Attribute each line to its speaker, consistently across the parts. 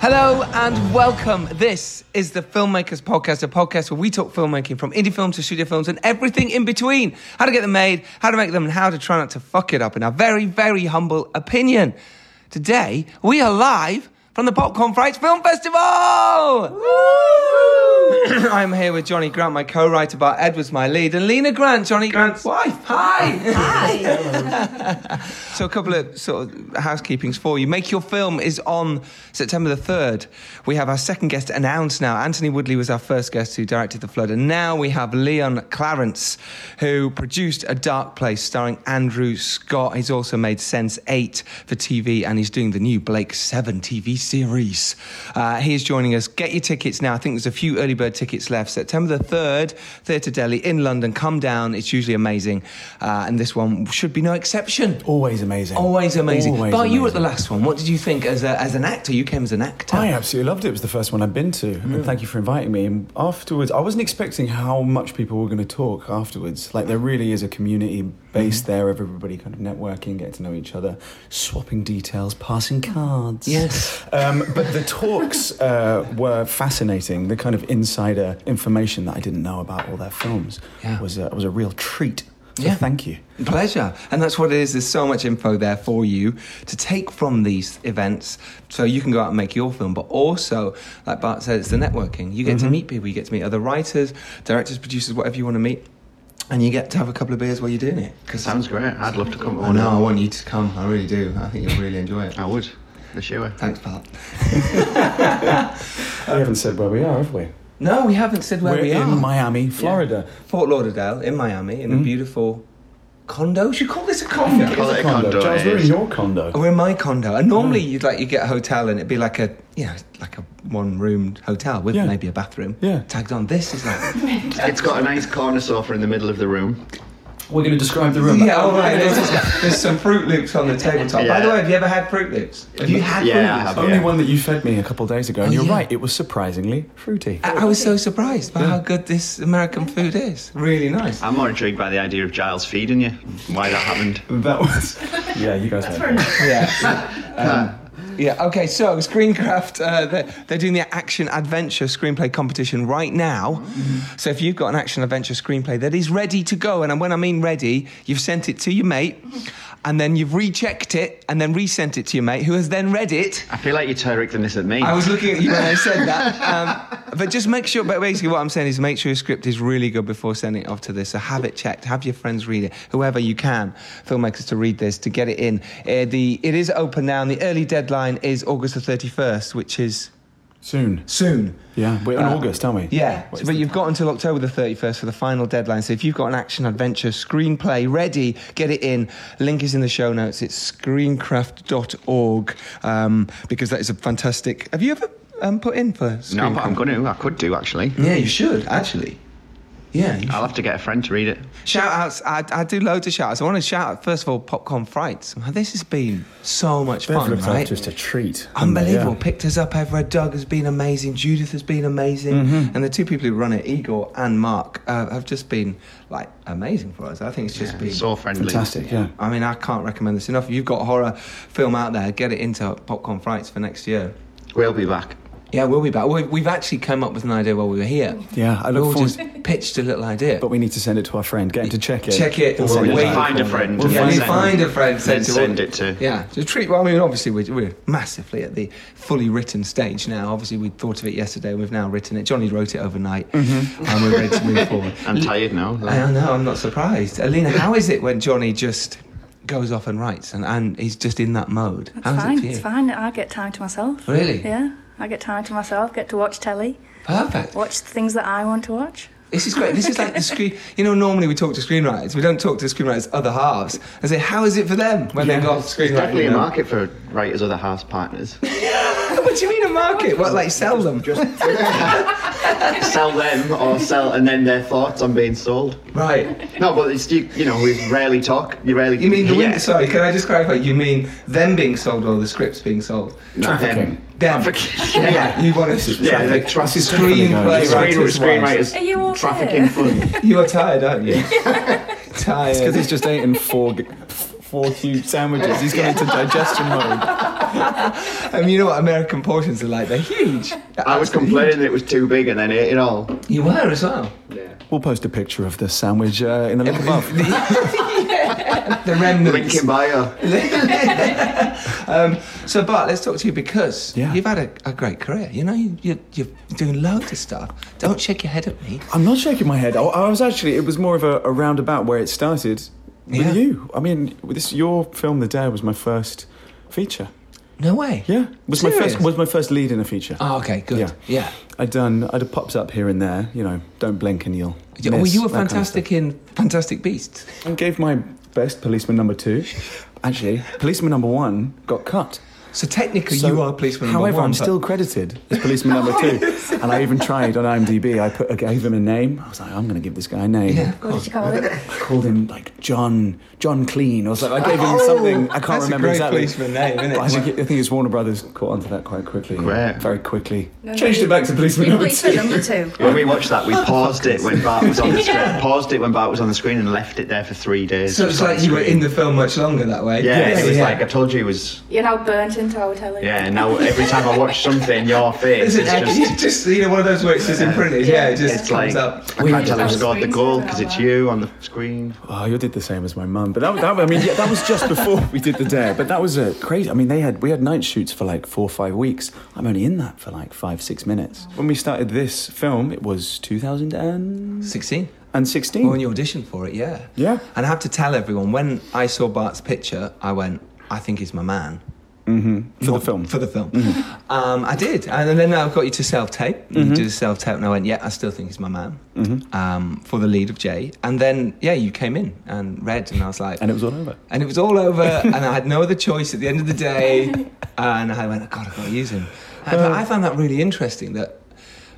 Speaker 1: Hello and welcome. This is the Filmmakers Podcast, a podcast where we talk filmmaking from indie films to studio films and everything in between. How to get them made, how to make them, and how to try not to fuck it up, in our very, very humble opinion. Today, we are live from the Popcorn Frights Film Festival! I'm here with Johnny Grant, my co writer, but Edwards, my lead, and Lena Grant, Johnny Grant's wife. Hi! So a couple of sort of housekeepings for you. Make Your Film is on September the 3rd. We have our second guest announced now. Anthony Woodley was our first guest who directed The Flood. And now we have Leon Clarence, who produced A Dark Place starring Andrew Scott. He's also made Sense 8 for TV and he's doing the new Blake 7 TV series. Uh, he is joining us. Get your tickets now. I think there's a few early bird tickets left. September the 3rd, Theatre Delhi in London. Come down. It's usually amazing. Uh, and this one should be no exception.
Speaker 2: Always amazing.
Speaker 1: Always amazing.
Speaker 2: Always
Speaker 1: but you were at the
Speaker 2: amazing.
Speaker 1: last one. What did you think as, a, as an actor? You came as an actor.
Speaker 2: I absolutely loved it. It was the first one I'd been to.
Speaker 1: Mm.
Speaker 2: And thank you for inviting me. And afterwards, I wasn't expecting how much people were going to talk afterwards. Like, there really is a community base
Speaker 1: Mm.
Speaker 2: there of everybody kind of networking, getting to know each other, swapping details, passing cards.
Speaker 1: Yes.
Speaker 2: Um, but the talks uh, were fascinating. The kind of insider information that I didn't know about all their films
Speaker 1: Yeah.
Speaker 2: was, a, was a real treat. So
Speaker 1: Yeah.
Speaker 2: thank you.
Speaker 1: Pleasure. And that's what it is. There's so much info there for you to take from these events so you can go out and make your film. But also, like Bart said, it's the networking. You get to meet people, you get to meet other writers, directors, producers, whatever you want to meet. And you get to have a couple of beers while you're doing it. Because
Speaker 3: Sounds great. I'd love to come to
Speaker 1: Oh
Speaker 3: one.
Speaker 1: no, I want you to come. I really do. I think you'll really enjoy it.
Speaker 3: I would. The shower.
Speaker 1: Thanks, Bart.
Speaker 2: we haven't said where we are, have we?
Speaker 1: No, we haven't said where
Speaker 2: We're
Speaker 1: we are.
Speaker 2: in Miami, Florida.
Speaker 1: Fort Lauderdale in Miami in a beautiful condo. Should you call this a condo?
Speaker 3: Call it a condo, Oh,
Speaker 2: Charles,
Speaker 3: it
Speaker 2: we're in
Speaker 3: is.
Speaker 2: your condo.
Speaker 1: Oh, We're in my condo, and normally you'd like you get a hotel, and it'd be like a you know like a one roomed hotel with
Speaker 2: Yeah.
Speaker 1: maybe a bathroom.
Speaker 2: Yeah.
Speaker 1: Tagged on. This is like
Speaker 3: It's got a nice corner sofa in the middle of the room.
Speaker 4: We're going to describe the room.
Speaker 1: yeah, all right. This is, there's some Fruit Loops on the tabletop. By the
Speaker 3: Yeah.
Speaker 1: way, have you ever had Fruit Loops? Have you had
Speaker 3: Yeah,
Speaker 1: Fruit
Speaker 3: I
Speaker 1: Loops?
Speaker 3: have,
Speaker 2: Only
Speaker 3: Yeah.
Speaker 2: one that you fed me a couple days ago, and you're
Speaker 1: yeah.
Speaker 2: right, it was surprisingly fruity.
Speaker 1: I I was so surprised by how good this American food is. Really nice.
Speaker 3: I'm more intrigued by the idea of Giles feeding you. Why that happened.
Speaker 2: That was. Yeah, you guys know.
Speaker 1: yeah. Um, yeah. Okay. So Screencraft, uh, they're, they're doing the action adventure screenplay competition right now. So if you've got an action adventure screenplay that is ready to go, and when I mean ready, you've sent it to your mate, and then you've rechecked it, and then resent it to your mate, who has then read it.
Speaker 3: I feel like you're directing this at me.
Speaker 1: I was looking at you when I said that. Um, but just make sure, but basically, what I'm saying is make sure your script is really good before sending it off to this. So have it checked, have your friends read it, whoever you can, filmmakers to read this, to get it in. Uh, the, it is open now, and the early deadline is August the 31st, which is
Speaker 2: Soon.
Speaker 1: soon.
Speaker 2: Yeah, we're in
Speaker 1: Uh,
Speaker 2: August, aren't we?
Speaker 1: Yeah,
Speaker 2: What
Speaker 1: so-
Speaker 2: is
Speaker 1: but
Speaker 2: the
Speaker 1: you've got until October the 31st for the final deadline. So if you've got an action adventure screenplay ready, get it in. Link is in the show notes. It's screencraft.org um, because that is a fantastic. Have you ever um, put in for screencraft?
Speaker 3: no, but I'm going to. I could do actually.
Speaker 1: Yeah, you should actually. Yeah. You
Speaker 2: Oh.
Speaker 3: I'll have to get a friend to read it.
Speaker 1: should. Shout outs. I, I do loads of shout outs. I want to shout out, first of all, Popcorn Frights. Man, This has been so much
Speaker 2: They've
Speaker 1: fun,
Speaker 2: looked
Speaker 1: right?
Speaker 2: after us to treat.
Speaker 1: Unbelievable.
Speaker 2: Yeah.
Speaker 1: Picked us up over at Doug has been amazing. Judith has been amazing.
Speaker 2: Mm-hmm.
Speaker 1: And the two people who run it, Igor and Mark, uh, have just been like amazing for us. I think it's just been.
Speaker 3: So friendly.
Speaker 2: Fantastic, yeah.
Speaker 1: I mean, I can't recommend this enough. If you've got a horror film out there, get it into Popcorn Frights for next year.
Speaker 3: We'll be back.
Speaker 1: Yeah, we'll be back. We've, we've actually come up with an idea while we were here.
Speaker 2: Yeah, I
Speaker 1: we
Speaker 2: look
Speaker 1: all
Speaker 2: forward-
Speaker 1: just pitched a little idea.
Speaker 2: But we need to send it to our friend, get him to check it.
Speaker 1: Check it.
Speaker 2: And
Speaker 1: We'll
Speaker 2: send it
Speaker 1: wait.
Speaker 2: back.
Speaker 3: Find a friend.
Speaker 2: We'll
Speaker 1: yeah,
Speaker 2: find
Speaker 1: you
Speaker 2: it.
Speaker 1: find a friend,
Speaker 3: Then
Speaker 1: send, to
Speaker 3: send
Speaker 1: all-
Speaker 3: it to-
Speaker 1: Yeah, to treat. Well, I mean, obviously we're, we're massively at the fully written stage now. Obviously, we thought of it yesterday. We've now written it. Johnny wrote it overnight, and we're ready to move forward.
Speaker 3: I'm tired now.
Speaker 1: I don't know. I'm not surprised. Alina, how is it when Johnny just goes off and writes, and, and he's just in that mode?
Speaker 5: It's
Speaker 1: How's
Speaker 5: fine.
Speaker 1: it for you?
Speaker 5: It's fine. I get time to myself.
Speaker 1: Really?
Speaker 5: Yeah. I get time to myself. Get to watch telly.
Speaker 1: Perfect.
Speaker 5: Watch the things that I want to watch.
Speaker 1: This is great. This is like the screen. You know, normally we talk to screenwriters. We don't talk to screenwriters' other halves and say, "How is it for them when they go off screenwriting?"
Speaker 3: Definitely
Speaker 1: you
Speaker 3: a
Speaker 1: know?
Speaker 3: market for writers' other house partners.
Speaker 1: What do you mean a market? What, like sell them?
Speaker 3: sell them or sell, and then their thoughts on being sold.
Speaker 1: Right.
Speaker 3: No, but it's you. You know, we rarely talk. You rarely.
Speaker 1: You mean the
Speaker 3: Yeah.
Speaker 1: win- Sorry, can I just clarify? You mean them being sold or the scripts being sold?
Speaker 3: No, them.
Speaker 2: Trafficking.
Speaker 1: Them.
Speaker 3: Yeah.
Speaker 1: Yeah, you want us to
Speaker 3: Yeah,
Speaker 1: traffic.
Speaker 3: the traffic-
Speaker 1: This is screenplay
Speaker 3: Screen-
Speaker 1: writers. wise.
Speaker 5: Are you all
Speaker 3: trafficking
Speaker 5: there?
Speaker 3: fun.
Speaker 1: You are tired, aren't you?
Speaker 2: Because
Speaker 1: tired.
Speaker 2: he's just eating four, g- four huge sandwiches. He's going into digestion mode.
Speaker 1: mean, you know what American portions are like? They're huge.
Speaker 3: I was complaining it was too big and then ate it all.
Speaker 1: You were as well.
Speaker 3: Yeah.
Speaker 2: We'll post a picture of the sandwich uh, in the link above.
Speaker 1: The remnants.
Speaker 3: Link in bio.
Speaker 1: um, so, Bart, let's talk to you because
Speaker 2: Yeah.
Speaker 1: you've had a, a great career. You know, you, you, you're doing loads of stuff. Don't shake your head at me.
Speaker 2: I'm not shaking my head. I, I was actually. It was more of a, a roundabout where it started with
Speaker 1: Yeah.
Speaker 2: you. I mean, with this your film, The Dare, was my first feature.
Speaker 1: No way.
Speaker 2: Yeah, was my
Speaker 1: Serious?
Speaker 2: first was my first lead in a feature.
Speaker 1: Oh, okay, good. Yeah.
Speaker 2: Yeah. I'd done. I'd have popped up here and there. You know, don't blink and you'll.
Speaker 1: Yeah,
Speaker 2: miss,
Speaker 1: well, you were
Speaker 2: that kind of
Speaker 1: fantastic in Fantastic Beasts.
Speaker 2: stuff. I gave my best policeman number two. Actually, policeman number one got cut.
Speaker 1: So technically,
Speaker 2: So-
Speaker 1: you are policeman number
Speaker 2: However,
Speaker 1: one.
Speaker 2: I'm
Speaker 1: but-
Speaker 2: still credited as policeman number two, and I even tried on IMDb. I put, I gave him a name. I was like, I'm going to give this guy a name.
Speaker 1: Yeah.
Speaker 5: What did you call it?
Speaker 2: I called him like John John Clean or something. I gave him something. I can't
Speaker 1: Oh, That's
Speaker 2: remember
Speaker 1: a great
Speaker 2: exactly.
Speaker 1: policeman name, isn't
Speaker 2: But
Speaker 1: it?
Speaker 2: I think, I think it's Warner Brothers caught onto that quite quickly.
Speaker 3: Great.
Speaker 2: Very quickly.
Speaker 5: No,
Speaker 2: Changed
Speaker 5: no,
Speaker 2: it back to policeman number
Speaker 5: Policeman
Speaker 2: two.
Speaker 5: number two.
Speaker 3: When we watched that, we
Speaker 5: Oh,
Speaker 3: paused it when Bart was on the screen. Paused it when Bart was on the screen and left it there for three days.
Speaker 1: so it's
Speaker 3: Just on
Speaker 1: like you were
Speaker 3: screen.
Speaker 1: in the film much longer that way.
Speaker 3: Yeah, it was
Speaker 1: yeah.
Speaker 3: like I told you, it was.
Speaker 5: You're now burnt into our telly.
Speaker 3: Yeah, and now every time I watch something, your face
Speaker 1: Is
Speaker 3: is
Speaker 1: it just,
Speaker 3: just.
Speaker 1: you know one of those where it's just imprinted? Yeah, it just
Speaker 3: It's
Speaker 1: comes
Speaker 3: like
Speaker 1: up.
Speaker 3: I can't tell who
Speaker 5: Our
Speaker 3: scored the
Speaker 5: screens
Speaker 3: goal
Speaker 5: are
Speaker 3: because it's
Speaker 5: now-
Speaker 3: you on the screen.
Speaker 2: Oh, you did the same as my mum, but that, that I mean, yeah, that was just before we did the dare. But that was uh, crazy. I mean, they had we had night shoots for like four or five weeks. I'm only in that for like five six minutes. When we started this film, it was 2016.
Speaker 1: Sixteen. Well, when you auditioned for it, yeah.
Speaker 2: Yeah.
Speaker 1: And I have to tell everyone when I saw Bart's picture, I went, I think he's my man.
Speaker 2: for the film. Mm-hmm.
Speaker 1: For the film. Um, I did. And then I got you to self tape. You did a self tape, and I went, Yeah, I still think he's my man
Speaker 2: Mm-hmm.
Speaker 1: um, for the lead of Jay. And then, yeah, you came in and read, and I was like,
Speaker 2: and it was all over.
Speaker 1: And it was all over, and I had no other choice at the end of the day. And I went, God, I've got to use him. I,
Speaker 2: Uh.
Speaker 1: I found that really interesting that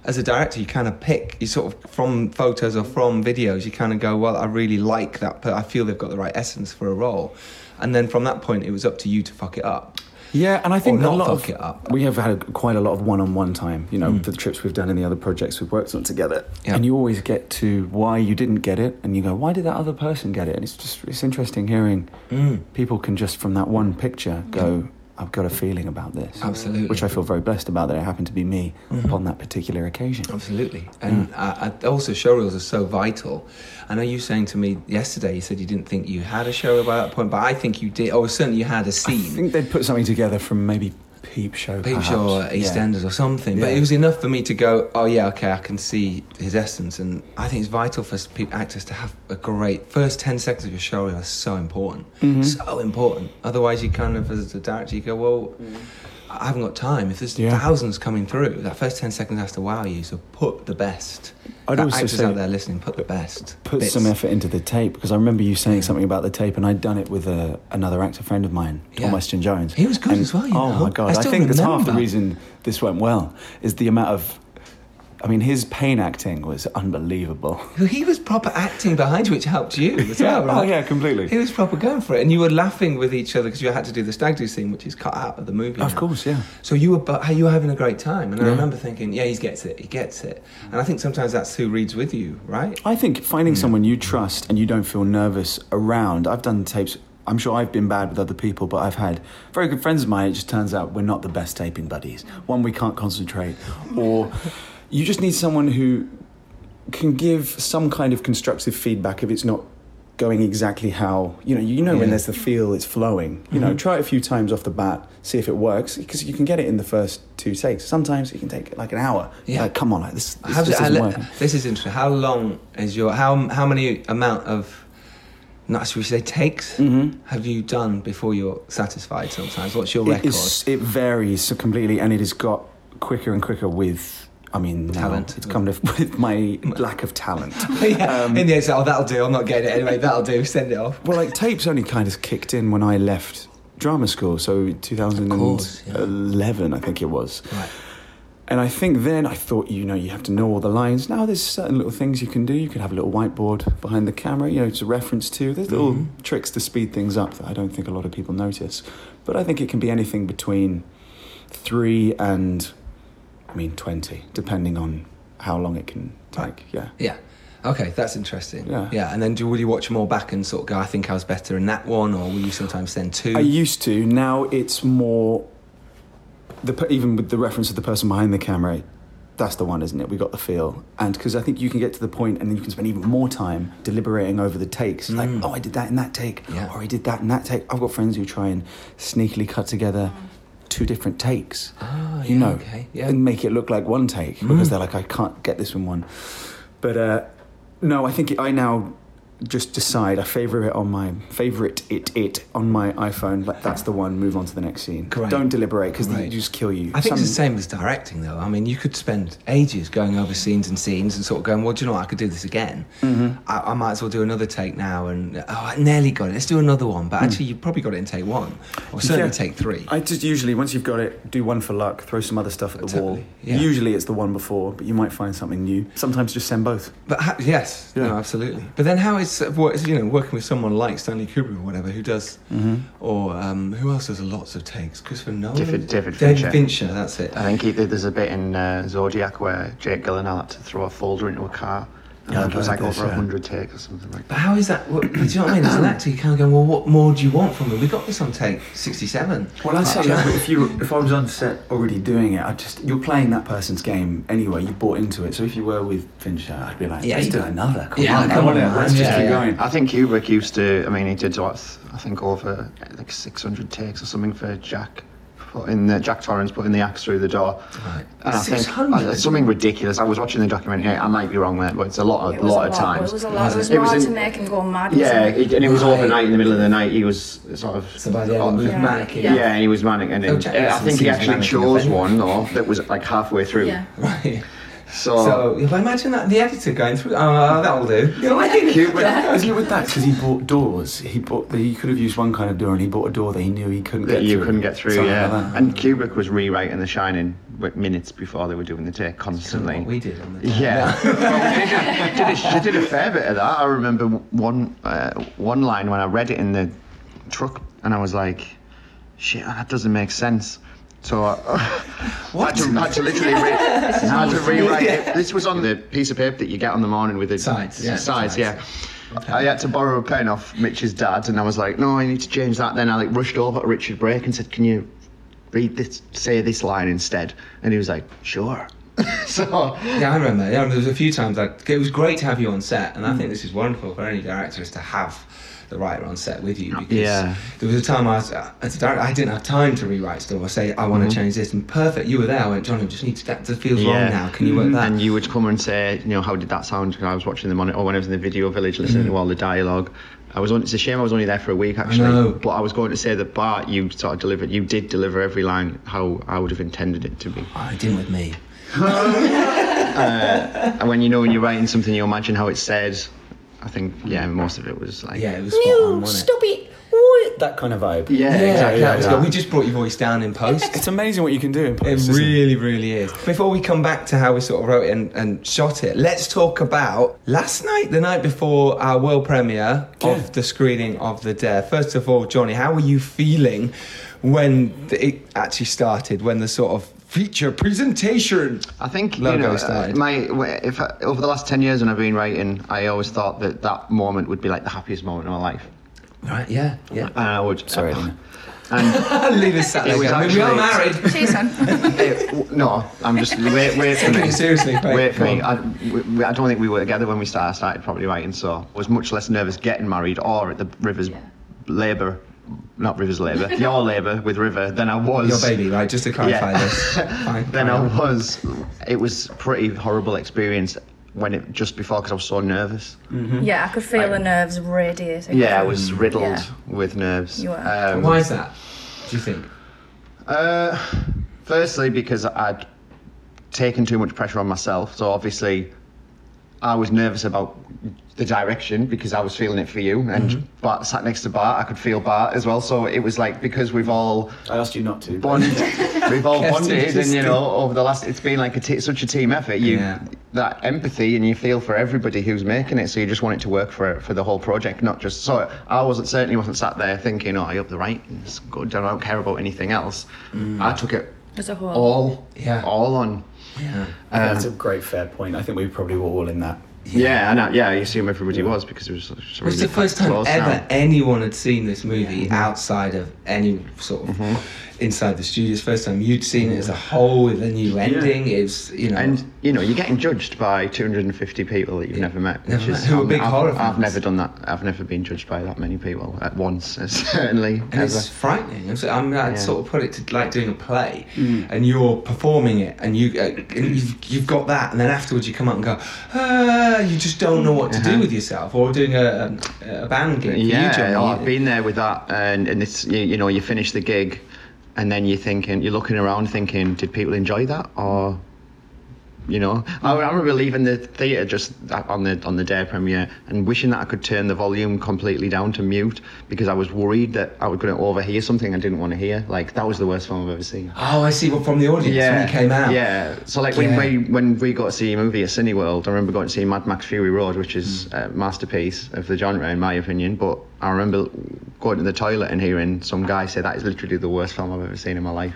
Speaker 1: as a director, you kind of pick, you sort of, from photos or from videos, you kind of go, Well, I really like that, but I feel they've got the right essence for a role. And then from that point, it was up to you to fuck it up.
Speaker 2: Yeah, and I think
Speaker 1: Or not
Speaker 2: a lot
Speaker 1: fuck
Speaker 2: of
Speaker 1: it up. Mm.
Speaker 2: we have had quite a lot of one-on-one time. You know, for the trips we've done and the other projects we've worked on together,
Speaker 1: Yeah.
Speaker 2: and you always get to why you didn't get it, and you go, why did that other person get it? And it's just it's interesting hearing
Speaker 1: Mm.
Speaker 2: people can just from that one picture go. I've got a feeling about this.
Speaker 1: Absolutely. Mm-hmm.
Speaker 2: Which I feel very blessed about that it happened to be me upon that particular occasion.
Speaker 1: Absolutely. And uh, uh, also, showreels are so vital. I know you saying to me yesterday, you said you didn't think you had a showreel by that point, but I think you did, or certainly you had a
Speaker 2: I
Speaker 1: scene.
Speaker 2: think they'd put something together from maybe Peep Show.
Speaker 1: Peep
Speaker 2: perhaps.
Speaker 1: Show or
Speaker 2: Yeah.
Speaker 1: EastEnders or something. But
Speaker 2: Yeah.
Speaker 1: it was enough for me to go, oh yeah, okay, I can see his essence. And I think it's vital for pe- actors to have a great first 10 seconds of your show are so important. So important. Otherwise, you kind of, as a director, you go, well, I haven't got time. If there's
Speaker 2: Yeah.
Speaker 1: thousands coming through, that first 10 seconds has to wow you. So put the best.
Speaker 2: I'd
Speaker 1: That
Speaker 2: also
Speaker 1: actors
Speaker 2: say-
Speaker 1: out there listening, put the best.
Speaker 2: put
Speaker 1: bits.
Speaker 2: some effort into the tape because I remember you saying something about the tape, and I'd done it with a, another actor friend of mine, Tom
Speaker 1: Yeah.
Speaker 2: Weston Jones.
Speaker 1: He was good
Speaker 2: And-
Speaker 1: as well, you
Speaker 2: oh
Speaker 1: know.
Speaker 2: my
Speaker 1: I
Speaker 2: god! I,
Speaker 1: still
Speaker 2: think that's half the
Speaker 1: remember.
Speaker 2: reason this went well is the amount of. I mean, his pain acting was unbelievable.
Speaker 1: He was proper acting behind you, which helped you as well,
Speaker 2: Yeah. Oh,
Speaker 1: right?
Speaker 2: yeah, completely.
Speaker 1: He was proper going for it, and you were laughing with each other because you had to do the stag do scene, which is cut out of the movie.
Speaker 2: Of
Speaker 1: now.
Speaker 2: course, yeah.
Speaker 1: So you were, but you were having a great time, and I remember thinking, yeah, he gets it, he gets it, and I think sometimes that's who reads with you, right?
Speaker 2: I think finding
Speaker 1: Hmm.
Speaker 2: someone you trust and you don't feel nervous around. I've done tapes. I'm sure I've been bad with other people, but I've had very good friends of mine. It just turns out we're not the best taping buddies. One, we can't concentrate, or you just need someone who can give some kind of constructive feedback if it's not going exactly how you know you know when
Speaker 1: Yeah. Mm-hmm.
Speaker 2: there's the feel it's flowing you know try it a few times off the bat see if it works because you can get it in the first two takes sometimes it can take like an hour
Speaker 1: Yeah.
Speaker 2: like come on like this, this
Speaker 1: How
Speaker 2: just
Speaker 1: did- I
Speaker 2: isn't
Speaker 1: le-
Speaker 2: working.
Speaker 1: this is interesting. How long is your how how many amount of not should we say takes
Speaker 2: Mm-hmm.
Speaker 1: have you done before you're satisfied? Sometimes, what's your
Speaker 2: It
Speaker 1: record?
Speaker 2: is- it varies so completely, and it has got quicker and quicker with. I mean, now
Speaker 1: Talent.
Speaker 2: it's come to with my lack of talent.
Speaker 1: yeah,
Speaker 2: um,
Speaker 1: in the end, it's, oh, that'll do. I'm not getting it anyway. That'll do. Send it off.
Speaker 2: well, like tapes only kind of kicked in when I left drama school, so 2011,
Speaker 1: course, yeah.
Speaker 2: I think it was.
Speaker 1: Right.
Speaker 2: And I think then I thought, you know, you have to know all the lines. Now there's certain little things you can do. You could have a little whiteboard behind the camera, you know, to reference to. There's little tricks to speed things up that I don't think a lot of people notice. But I think it can be anything between three and, I mean, 20, depending on how long it can take. Yeah.
Speaker 1: Yeah. Okay, that's interesting.
Speaker 2: Yeah.
Speaker 1: And then do will you watch them all back and sort of go, I think I was better in that one, or will you sometimes send two?
Speaker 2: I used to. Now it's more the, per- even with the reference of the person behind the camera, that's the one, isn't it? We got the feel. And because I think you can get to the point and then you can spend even more time deliberating over the takes. Like, oh, I did that in that take,
Speaker 1: Mm. Yeah.
Speaker 2: or I did that in that take. I've got friends who try and sneakily cut together two different takes,
Speaker 1: Ah,
Speaker 2: you
Speaker 1: yeah,
Speaker 2: know,
Speaker 1: okay, yeah. Mm.
Speaker 2: and make it look like one take because they're like, I can't get this in one. But uh, no, I think I now just decide I favor it on my favorite it it on my iPhone. Like that's the one. Move on to the next scene.
Speaker 1: Great.
Speaker 2: Don't deliberate because they
Speaker 1: Great.
Speaker 2: just kill you.
Speaker 1: I think
Speaker 2: Some-
Speaker 1: it's the same as directing, though. I mean, you could spend ages going over scenes and scenes and sort of going, well, do you know what? I could do this again.
Speaker 2: Mm-hmm.
Speaker 1: I, I might as well do another take now. And, oh, I nearly got it. Let's do another one. But actually, you've probably got it in take one or certainly
Speaker 2: Mm. Yeah.
Speaker 1: take three.
Speaker 2: I just usually once you've got it, do one for luck. Throw some other stuff at the wall.
Speaker 1: Totally, yeah.
Speaker 2: Usually it's the one before, but you might find something new. Sometimes just send both.
Speaker 1: But ha- yes,
Speaker 2: Yeah.
Speaker 1: no, absolutely. But then how is uh, what is, you know working with someone like Stanley Kubrick or whatever who does,
Speaker 2: Mm-hmm.
Speaker 1: or um, who else does lots of takes? Christopher Nolan,
Speaker 3: David- David Fincher.
Speaker 1: that's it.
Speaker 3: I think he, there's a bit in uh, Zodiac where Jake Gyllenhaal had to throw a folder into a car. And
Speaker 2: Yeah,
Speaker 3: it was
Speaker 2: I've
Speaker 3: like
Speaker 2: heard this,
Speaker 3: over a
Speaker 2: yeah.
Speaker 3: 100 takes or something like that.
Speaker 1: But how is that? What, do you know what I mean? As an actor, you kind of go, well, what more do you want from me? We got this on take sixty-seven.
Speaker 2: Well, I say yeah, but if you if I was on set already doing it, I just you're playing that person's game anyway. You bought into it, so if you were with Fincher, I'd be like,
Speaker 1: Yeah,
Speaker 2: let's
Speaker 1: you-
Speaker 2: do another. Come
Speaker 1: Yeah,
Speaker 2: on,
Speaker 1: come
Speaker 2: come on,
Speaker 1: on,
Speaker 2: let's
Speaker 1: man.
Speaker 2: just
Speaker 1: Yeah,
Speaker 2: keep
Speaker 1: yeah.
Speaker 2: going.
Speaker 3: I think Kubrick used to. I mean, he did what I think over uh, like 600 takes or something for Jack, putting the Jack Torrance putting the axe through the door.
Speaker 1: Right.
Speaker 3: And I think
Speaker 1: 600?
Speaker 3: uh, it's something ridiculous. I was watching the documentary. I might be wrong with it, but it's a lot of
Speaker 5: It was
Speaker 3: lot
Speaker 5: a
Speaker 3: of
Speaker 5: lot.
Speaker 3: times.
Speaker 5: It was a lot. It was,
Speaker 3: It was
Speaker 5: more
Speaker 3: in-
Speaker 5: to make him go mad.
Speaker 3: Yeah,
Speaker 5: wasn't it?
Speaker 3: it, and it was
Speaker 1: Right.
Speaker 3: overnight in the middle of the night. He was sort of.
Speaker 1: So by the Oh, end,
Speaker 3: oh,
Speaker 1: we
Speaker 5: Yeah.
Speaker 1: manic.
Speaker 5: Yeah.
Speaker 3: yeah. and he was manic, and
Speaker 1: Phil
Speaker 3: it- uh, I
Speaker 1: Jackson
Speaker 3: think he
Speaker 1: seems
Speaker 3: actually
Speaker 1: manic in
Speaker 3: chose
Speaker 1: the film.
Speaker 3: one though that was like halfway through.
Speaker 5: Yeah.
Speaker 1: Right.
Speaker 3: So,
Speaker 1: So, yeah, but imagine that the editor going through. Oh, that'll do. You know what I mean?
Speaker 2: But isn't it with that because he bought doors? He bought the, he could have used one kind of door, and he bought a door that he knew he couldn't
Speaker 3: that
Speaker 2: get.
Speaker 3: you
Speaker 2: through.
Speaker 3: couldn't get through,
Speaker 2: Something
Speaker 3: yeah.
Speaker 2: like that.
Speaker 3: and Kubrick was rewriting The Shining wi- minutes before they were doing the take constantly.
Speaker 1: What we did on the day.
Speaker 3: Yeah, she, did a, she did a fair bit of that. I remember one uh, one line when I read it in the truck, and I was like, "Shit, that doesn't make sense." So I, I, had, to, I had to literally re- I had to rewrite it. This was on the piece of paper that you get on the morning with the
Speaker 1: Sides, yeah,
Speaker 3: sides,
Speaker 1: sides.
Speaker 3: yeah. I had to borrow a pen off Mitch's dad, and I was like, "No, I need to change that." Then I like rushed over to Richard Brake and said, "Can you read this, say this line instead?" And he was like, "Sure." so
Speaker 1: Yeah, I remember. Yeah, there was a few times. I, it was great to have you on set, and I
Speaker 3: Mm.
Speaker 1: think this is wonderful for any director is to have the writer on set with you because
Speaker 3: Yeah.
Speaker 1: there was a time I was uh, as a director I didn't have time to rewrite stuff or say I want
Speaker 3: Mm-hmm.
Speaker 1: to change this and perfect you were there I went John I just need to that feels wrong now can you work that
Speaker 3: Mm-hmm. And you would come and say, you know, how did that sound? Because I was watching them on it, or when I was in the video village listening
Speaker 1: Mm.
Speaker 3: to all the dialogue. I was on, it's a shame I was only there for a week actually.
Speaker 1: know.
Speaker 3: But I was going to say that Bart, you sort of delivered, you did deliver every line how I would have intended it to be.
Speaker 1: oh, it didn't with me
Speaker 3: And when you know when you're writing something, you imagine how it's said. I think, yeah, most of it was like.
Speaker 1: yeah it was spot on wasn't it
Speaker 2: it! What? That kind of vibe.
Speaker 3: Yeah, exactly.
Speaker 1: that was
Speaker 3: yeah.
Speaker 1: good. we just brought your voice down in post
Speaker 2: It's amazing what you can do in post.
Speaker 1: It
Speaker 2: isn't
Speaker 1: really, really is. Before we come back to how we sort of wrote it and, and shot it, let's talk about last night, the night before our world premiere
Speaker 2: Yeah.
Speaker 1: of the screening of The Dare. First of all, Johnny, how were you feeling when the, it actually started, when the sort of feature presentation?
Speaker 3: I think you
Speaker 1: Logo
Speaker 3: know,
Speaker 1: started.
Speaker 3: uh, my w- if I, over the last ten years when I've been writing, I always thought that that moment would be like the happiest moment of my life,
Speaker 1: Right, yeah, yeah.
Speaker 3: and I would.
Speaker 2: Sorry, I didn't-
Speaker 3: And
Speaker 1: Leaders sat there
Speaker 3: It was
Speaker 1: going, we are
Speaker 3: actually-
Speaker 1: married.
Speaker 5: She's on.
Speaker 3: Eh, w- no, I'm just wait, wait for
Speaker 1: Taking
Speaker 3: me.
Speaker 1: it seriously, Craig.
Speaker 3: Wait for me.
Speaker 1: Come on.
Speaker 3: I, we, we- I don't think we were together when we started, started properly writing, so I was much less nervous getting married or at the Rivers Labour, not Rivers Labour, your Labour with River than I was.
Speaker 1: Your baby, right? Just to clarify
Speaker 3: Yeah.
Speaker 1: this. Fine,
Speaker 3: Then
Speaker 1: carry
Speaker 3: I
Speaker 1: on.
Speaker 3: was. It was pretty horrible experience when it just before because I was so nervous.
Speaker 5: yeah, I could feel the nerves radiating.
Speaker 3: Yeah, I was riddled
Speaker 5: Yeah.
Speaker 3: with nerves.
Speaker 5: You were.
Speaker 3: Um,
Speaker 1: Why is that? Do you think?
Speaker 3: Uh, firstly, because I'd taken too much pressure on myself. So obviously, I was nervous about the direction because I was feeling it for you. And Bart sat next to Bart, I could feel Bart as well. So it was like because we've all
Speaker 2: I asked you not to.
Speaker 3: bonded, we've all
Speaker 1: Yes,
Speaker 3: bonded, and you
Speaker 1: interesting.
Speaker 3: know, over the last, it's been like a t- such a team effort. You
Speaker 1: Yeah.
Speaker 3: that empathy, and you feel for everybody who's making it. So you just want it to work for for the whole project, not just. So I wasn't certainly wasn't sat there thinking, "Oh, I hope the writing's good. I don't care about anything else." I took it
Speaker 5: As a whole.
Speaker 3: all,
Speaker 1: Mm. Yeah.
Speaker 3: all on.
Speaker 1: Yeah.
Speaker 3: Um,
Speaker 2: That's a great fair point. I think we probably were all in that
Speaker 3: Yeah, I know. Yeah, I assume everybody was because it was. It was,
Speaker 1: It was the first time
Speaker 3: closed
Speaker 1: ever
Speaker 3: down.
Speaker 1: anyone had seen this movie outside of any sort of
Speaker 3: Mm-hmm.
Speaker 1: inside the studios. First time you'd seen it as a whole with a new ending. It's you know
Speaker 3: And you know, you're getting judged by 250 people that you've never met,
Speaker 1: Never
Speaker 3: which
Speaker 1: met.
Speaker 3: is
Speaker 1: Who are big
Speaker 3: I've,
Speaker 1: horror
Speaker 3: I've
Speaker 1: fans.
Speaker 3: never done that. I've never been judged by that many people at once, certainly.
Speaker 1: and
Speaker 3: ever.
Speaker 1: it's frightening. It's- I mean, I'd sort of put it to like doing a play,
Speaker 3: Mm.
Speaker 1: and you're performing it, and you uh, and you've, you've got that, and then afterwards you come up and go, ah, you just don't know what to do with yourself, or doing a, um, a, a band gig. for you,
Speaker 3: Uh-huh. Yeah,
Speaker 1: Johnny,
Speaker 3: oh, I've been there with that, and and it's you, you know you finish the gig, and then you're thinking you're looking around thinking, did people enjoy that or, you know, I, I remember leaving the theatre just on the on the day of premiere and wishing that I could turn the volume completely down to mute because I was worried that I was going to overhear something I didn't want to hear. Like that was the worst film I've ever seen.
Speaker 1: Oh, I see. Well, from the audience when you came out.
Speaker 3: Yeah. So like
Speaker 1: Yeah.
Speaker 3: when we when we got to see a movie at Cineworld, I remember going to see Mad Max Fury Road, which is
Speaker 1: Mm.
Speaker 3: a masterpiece of the genre in my opinion. But I remember going to the toilet and hearing some guy say that is literally the worst film I've ever seen in my life.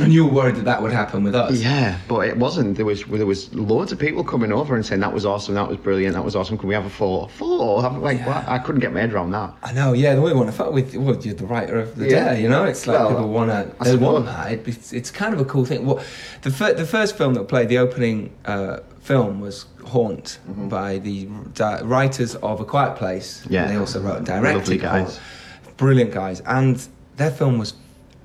Speaker 1: and you were worried that that would happen with us.
Speaker 3: Yeah, but it wasn't. There was there was loads of people coming over and saying that was awesome, that was brilliant, that was awesome. Can we have a four? Four? I'm like, what? I couldn't get my head around that.
Speaker 1: I know, yeah, we want to fuck with well, you're the writer of the
Speaker 3: Yeah.
Speaker 1: day, you know. It's like
Speaker 3: Well,
Speaker 1: people want to,
Speaker 3: I
Speaker 1: they want
Speaker 3: suppose.
Speaker 1: that. It, it's, it's kind of a cool thing. Well, the fir- the first film that played the opening uh, film was Haunt by the di- writers of A Quiet Place.
Speaker 3: Mm-hmm. Yeah.
Speaker 1: they also wrote and directed
Speaker 3: Lovely
Speaker 1: Haunt.
Speaker 3: guys.
Speaker 1: brilliant guys, and their film was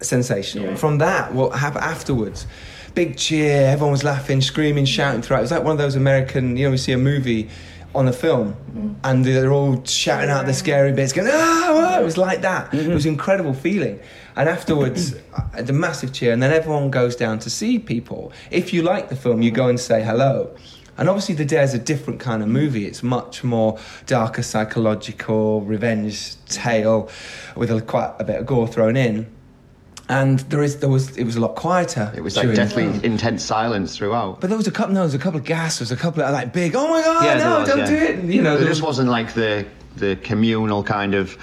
Speaker 1: sensational. From that, what happened afterwards? Big cheer, everyone was laughing, screaming, shouting throughout. It was like one of those American, you know, we see a movie on a film and they're all shouting out the scary bits, going, ah, ah," it was like that. It was an incredible feeling. And afterwards, uh, the massive cheer, and then everyone goes down to see people. If you like the film, you go and say hello. And obviously, The Dare's a different kind of movie. It's much more darker, psychological, revenge tale with a, quite a bit of gore thrown in. And there is, there was, it was a lot quieter.
Speaker 3: It was like
Speaker 1: during-
Speaker 3: deathly intense silence throughout.
Speaker 1: But there was a couple, no, there was a couple of gasps, there was a couple of like big, oh my god,
Speaker 3: Yeah,
Speaker 1: no,
Speaker 3: there was,
Speaker 1: don't
Speaker 3: yeah.
Speaker 1: do it. And, You know,
Speaker 3: There
Speaker 1: there
Speaker 3: just
Speaker 1: was-
Speaker 3: wasn't like the the communal kind of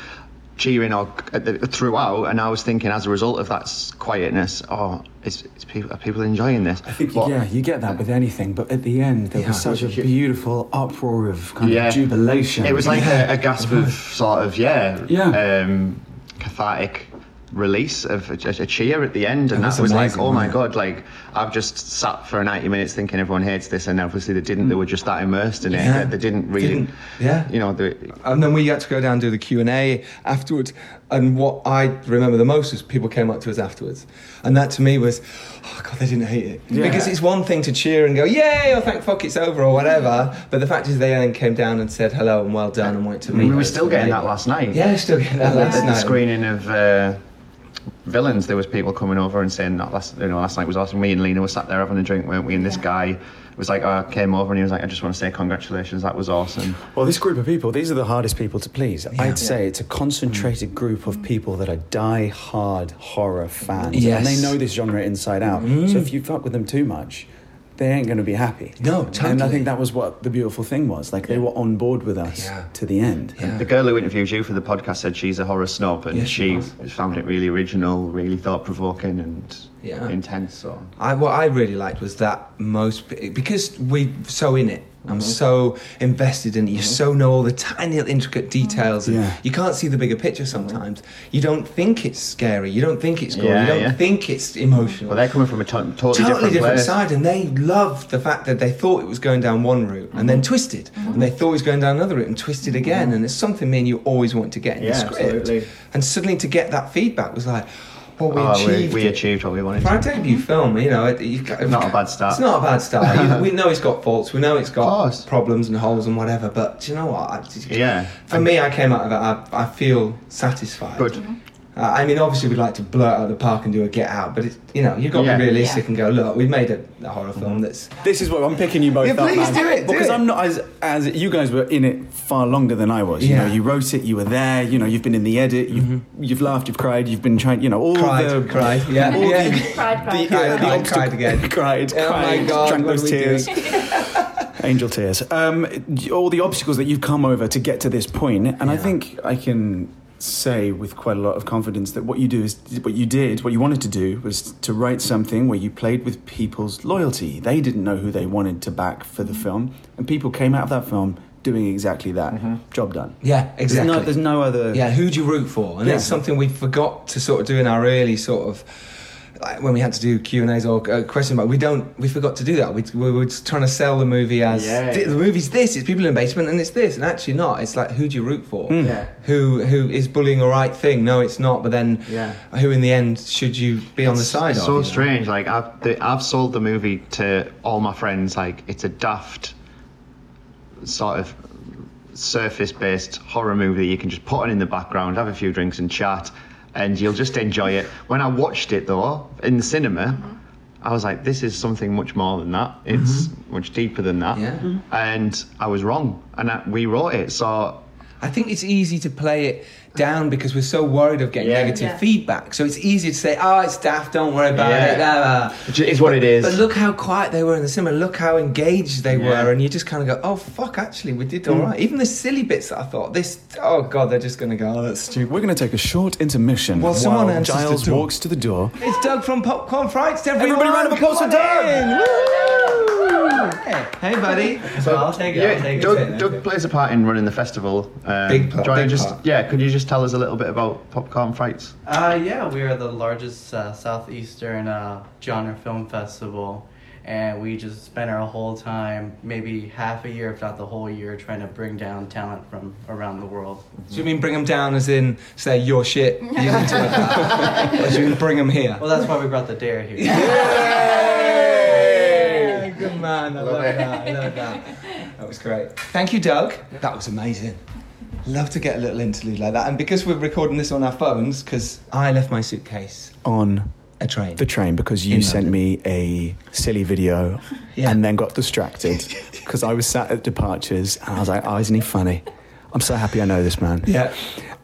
Speaker 3: cheering or at the, throughout, and I was thinking as a result of that s- quietness, oh, is, is people are people enjoying this?
Speaker 2: I think
Speaker 3: But-
Speaker 2: yeah, you get that with anything, but at the end there was
Speaker 1: Yeah.
Speaker 2: such a beautiful uproar of kind
Speaker 3: Yeah.
Speaker 2: of jubilation.
Speaker 3: It was like a, a gasp of sort of yeah,
Speaker 2: Yeah.
Speaker 3: Um, cathartic release of a, a cheer at the end, and
Speaker 1: was
Speaker 3: that was
Speaker 1: amazing,
Speaker 3: like, oh my
Speaker 1: wasn't it?
Speaker 3: god, like I've just sat for 90 minutes thinking everyone hates this, and obviously they didn't. They were just that immersed in
Speaker 1: Yeah.
Speaker 3: it that they didn't really,
Speaker 1: Didn't- yeah.
Speaker 3: you know, they,
Speaker 1: and then we had to go down and do the Q and A afterwards. And what I remember the most was people came up to us afterwards, and that to me was, oh god, they didn't hate it because it's one thing to cheer and go, yay, or thank fuck it's over or whatever. But the fact is, they then came down and said hello and well done and wanted to meet.
Speaker 3: we were
Speaker 1: us
Speaker 3: still
Speaker 1: and
Speaker 3: getting
Speaker 1: they-
Speaker 3: that last night.
Speaker 1: Yeah, we're still getting that
Speaker 3: At
Speaker 1: last
Speaker 3: the,
Speaker 1: night.
Speaker 3: screening of uh, Villains, there was people coming over and saying that last, you know, last night was awesome. Me and Lena were sat there having a drink, weren't we? And this guy was like, oh, came over and he was like, I just want to say congratulations, that was awesome.
Speaker 2: Well, this group of people, these are the hardest people to please. I'd say it's a concentrated group of people that are die-hard horror fans,
Speaker 1: Yes.
Speaker 2: and they know this genre inside out. So if you fuck with them too much, they ain't going to be happy.
Speaker 1: No,
Speaker 2: And I
Speaker 1: totally.
Speaker 2: think that was what the beautiful thing was. Like they were on board with us
Speaker 1: Yeah.
Speaker 2: to the end.
Speaker 1: Yeah.
Speaker 3: The girl who interviewed you for the podcast said she's a horror snob, and
Speaker 1: Yes, she
Speaker 3: she found it really original, really thought provoking, and
Speaker 1: Yeah.
Speaker 3: intense. So
Speaker 1: I, what I really liked was that most because we so in it.
Speaker 3: Mm-hmm.
Speaker 1: I'm so invested in it. You so know all the tiny little intricate
Speaker 3: Mm-hmm.
Speaker 1: details. and
Speaker 2: Yeah.
Speaker 1: You can't see the bigger picture sometimes. You don't think it's scary. You don't think it's gory.
Speaker 3: Yeah,
Speaker 1: you don't
Speaker 3: yeah.
Speaker 1: think it's emotional.
Speaker 3: well, they're coming from a to- totally,
Speaker 1: totally
Speaker 3: different,
Speaker 1: different
Speaker 3: place.
Speaker 1: side, and they loved the fact that they thought it was going down one route and
Speaker 3: Mm-hmm.
Speaker 1: then twisted, and they thought it was going down another route and twisted again. And it's something me and you always want to get in the
Speaker 3: Yeah,
Speaker 1: script.
Speaker 3: absolutely.
Speaker 1: And suddenly to get that feedback was like, what we
Speaker 3: Oh, we,
Speaker 1: achieved.
Speaker 3: we
Speaker 1: it.
Speaker 3: achieved what we wanted.
Speaker 1: For
Speaker 3: to.
Speaker 1: our debut film, you know, it, you
Speaker 3: Not a bad start.
Speaker 1: It's not a bad start. You- we know it's got faults. We know it's
Speaker 3: Of
Speaker 1: got
Speaker 3: course.
Speaker 1: problems and holes and whatever. But do you know what? I, just-
Speaker 3: Yeah.
Speaker 1: For me, I came out of it. I, I feel satisfied.
Speaker 3: Good.
Speaker 1: Uh, I mean, obviously, we'd like to blur it out of the park and do a get out, but it's, you know, you've got to
Speaker 3: Yeah. Mm-hmm.
Speaker 1: be realistic and go, look, we made a, a horror film that's.
Speaker 2: This is what I'm picking you both
Speaker 1: Yeah,
Speaker 2: up.
Speaker 1: please
Speaker 2: man.
Speaker 1: do it, do
Speaker 2: because
Speaker 1: it.
Speaker 2: I'm not as as you guys were in it far longer than I was. You
Speaker 1: Yeah. Mm-hmm.
Speaker 2: know, you wrote it, you were there. You know, you've been in the edit, you've you've laughed, you've cried, you've been trying. You know, all
Speaker 1: Cried,
Speaker 2: the
Speaker 1: cried, yeah,
Speaker 2: all
Speaker 1: yeah.
Speaker 2: the-
Speaker 5: Cried, cried,
Speaker 2: the, uh,
Speaker 5: cried.
Speaker 2: the
Speaker 1: Cried,
Speaker 2: obstac-
Speaker 1: cried again.
Speaker 2: cried,
Speaker 1: Oh my
Speaker 2: cried,
Speaker 1: God,
Speaker 2: drank
Speaker 1: what
Speaker 2: those
Speaker 1: are we
Speaker 2: tears, angel tears. Um, all the obstacles that you've come over to get to this point, and I think I can say with quite a lot of confidence that what you do is what you did, what you wanted to do was to write something where you played with people's loyalty. They didn't know who they wanted to back for the film, and people came out of that film doing exactly that.
Speaker 1: Mm-hmm.
Speaker 2: Job done.
Speaker 1: Yeah, exactly.
Speaker 2: There's no, there's no other.
Speaker 1: yeah, who do you root for? And
Speaker 2: Yeah.
Speaker 1: it's something we forgot to sort of do in our early sort of like when we had to do Q and A's or uh, question mark. We don't. We forgot to do that. We, we were just trying to sell the movie as
Speaker 3: Yeah.
Speaker 1: "Th- the movie's this. It's people in the basement and it's this, and actually not. It's like who do you root for?
Speaker 3: Yeah.
Speaker 1: Who who is bullying a right thing? No, it's not. But then
Speaker 3: Yeah.
Speaker 1: who in the end should you be on the side
Speaker 3: It's
Speaker 1: of?
Speaker 3: so
Speaker 1: you know?
Speaker 3: strange. Like I've the, I've sold the movie to all my friends. Like it's a daft sort of surface-based horror movie that you can just put on in the background, have a few drinks and chat, and you'll just enjoy it. When I watched it though in the cinema,
Speaker 1: Mm-hmm.
Speaker 3: I was like, this is something much more than that. It's
Speaker 1: Mm-hmm.
Speaker 3: much deeper than that.
Speaker 1: Yeah. Mhm.
Speaker 3: And I was wrong, and I, we wrote it. So
Speaker 1: I think it's easy to play it down because we're so worried of getting
Speaker 3: Yeah.
Speaker 1: negative
Speaker 5: Yeah.
Speaker 1: feedback. So it's easy to say, "Oh, it's daft. Don't worry about
Speaker 3: Yeah.
Speaker 1: it." blah, blah."
Speaker 3: Which is what it is.
Speaker 1: But look how quiet they were in the cinema. Look how engaged they
Speaker 3: Yeah.
Speaker 1: were, and you just kind of go, "Oh fuck, actually, we did all right." Even the silly bits that I thought, "This, oh god, they're just going to go, oh, that's stupid."
Speaker 2: We're going to take a short intermission
Speaker 1: Well,
Speaker 2: while
Speaker 1: someone answers the
Speaker 2: Giles
Speaker 1: door.
Speaker 2: walks to the door.
Speaker 1: It's Doug from Popcorn Frights. Everyone,
Speaker 2: Everybody round of applause for
Speaker 1: Come on in. Woo! Hey, buddy.
Speaker 4: So I'll take it. I'll
Speaker 3: Yeah,
Speaker 4: take
Speaker 3: Doug,
Speaker 4: it.
Speaker 3: Doug plays a part in running the festival. Um,
Speaker 1: Big part,
Speaker 3: do you wanna
Speaker 1: big
Speaker 3: just,
Speaker 1: part.
Speaker 3: Yeah, could you just tell us a little bit about Popcorn Frights?
Speaker 6: Uh, yeah, we are the largest uh, southeastern uh, genre film festival, and we just spent our whole time, maybe half a year, if not the whole year, trying to bring down talent from around the world.
Speaker 1: Do you mean bring them down as in say your shit? You need to work out. or do you mean bring them here?
Speaker 6: Well, that's why we brought the dare here.
Speaker 1: Yay! Good man, I love, that. I love that. That was great. Thank you, Doug. That was amazing. Love to get a little interlude like that. And because we're recording this on our phones, because I left my suitcase,
Speaker 2: on
Speaker 1: a train.
Speaker 2: the train because you
Speaker 1: In
Speaker 2: sent
Speaker 1: London.
Speaker 2: me a silly video
Speaker 1: Yeah.
Speaker 2: and then got distracted because I was sat at departures and I was like, oh, isn't he funny? I'm so happy I know this man.
Speaker 1: yeah.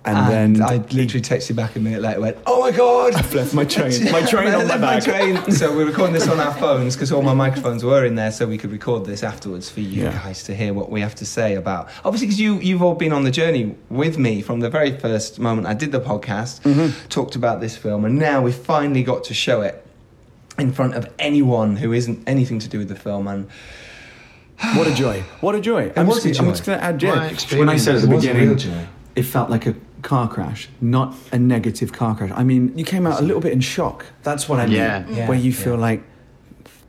Speaker 2: And,
Speaker 1: And,
Speaker 2: then
Speaker 1: I
Speaker 2: I
Speaker 1: literally texted back a minute later, went, oh my God!
Speaker 2: left my train, my train
Speaker 1: I
Speaker 2: on my
Speaker 1: left my
Speaker 2: back.
Speaker 1: train. So we're recording this on our phones because all my microphones were in there, so we could record this afterwards for you
Speaker 2: Yeah.
Speaker 1: guys to hear what we have to say about. Obviously, because you you've all been on the journey with me from the very first moment I did the podcast, talked about this film, and now we finally got to show it in front of anyone who isn't anything to do with the film and
Speaker 2: What a joy! What a joy!
Speaker 1: It
Speaker 2: I'm
Speaker 1: was
Speaker 2: just,
Speaker 1: a
Speaker 2: I'm
Speaker 1: joy.
Speaker 2: just going to add,
Speaker 3: My
Speaker 2: yeah. When I
Speaker 3: experience
Speaker 2: said at the
Speaker 1: was a real
Speaker 2: beginning,
Speaker 1: joy.
Speaker 2: it felt like a car crash, not a negative car crash. I mean, you came out a little bit in shock. That's what I mean.
Speaker 3: Yeah.
Speaker 1: Yeah.
Speaker 2: Where you feel like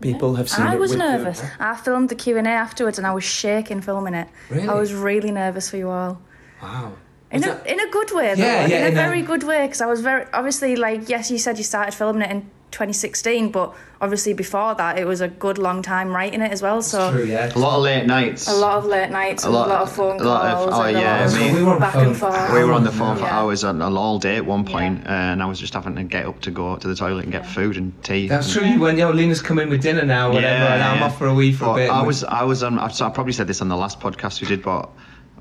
Speaker 2: people have seen
Speaker 5: I
Speaker 2: it
Speaker 5: was
Speaker 2: with the-
Speaker 5: nervous. I filmed the Q and A afterwards, and I was shaking filming it.
Speaker 1: Really?
Speaker 5: I was really nervous for you all.
Speaker 1: wow.
Speaker 5: In a, in a good way, though.
Speaker 1: Yeah, yeah,
Speaker 5: in a
Speaker 1: in a-
Speaker 5: very good way, because I was very obviously like yes, you said you started filming it in 2016, but obviously before that, it was a good long time writing it as well. So
Speaker 1: True, yeah.
Speaker 3: A lot of late nights.
Speaker 5: a lot of late nights,
Speaker 3: A
Speaker 5: a lot,
Speaker 3: lot-
Speaker 5: of phone
Speaker 3: a
Speaker 5: calls,
Speaker 3: lot of- oh,
Speaker 5: and a
Speaker 3: yeah,
Speaker 5: lot
Speaker 3: I mean-
Speaker 5: of
Speaker 1: We were on
Speaker 5: back
Speaker 1: phone.
Speaker 5: and forth.
Speaker 3: We were on the phone for
Speaker 5: Yeah.
Speaker 3: hours on, on all day at one point,
Speaker 5: Yeah.
Speaker 3: and I was just having to get up to go to the toilet and get food and tea.
Speaker 1: That's
Speaker 3: and-
Speaker 1: true. You went, yo, Lena's come in with dinner now, whatever, and I'm off for a wee for
Speaker 3: But
Speaker 1: a bit.
Speaker 3: I
Speaker 1: and-
Speaker 3: was, I was on. I- So I probably said this on the last podcast we did, but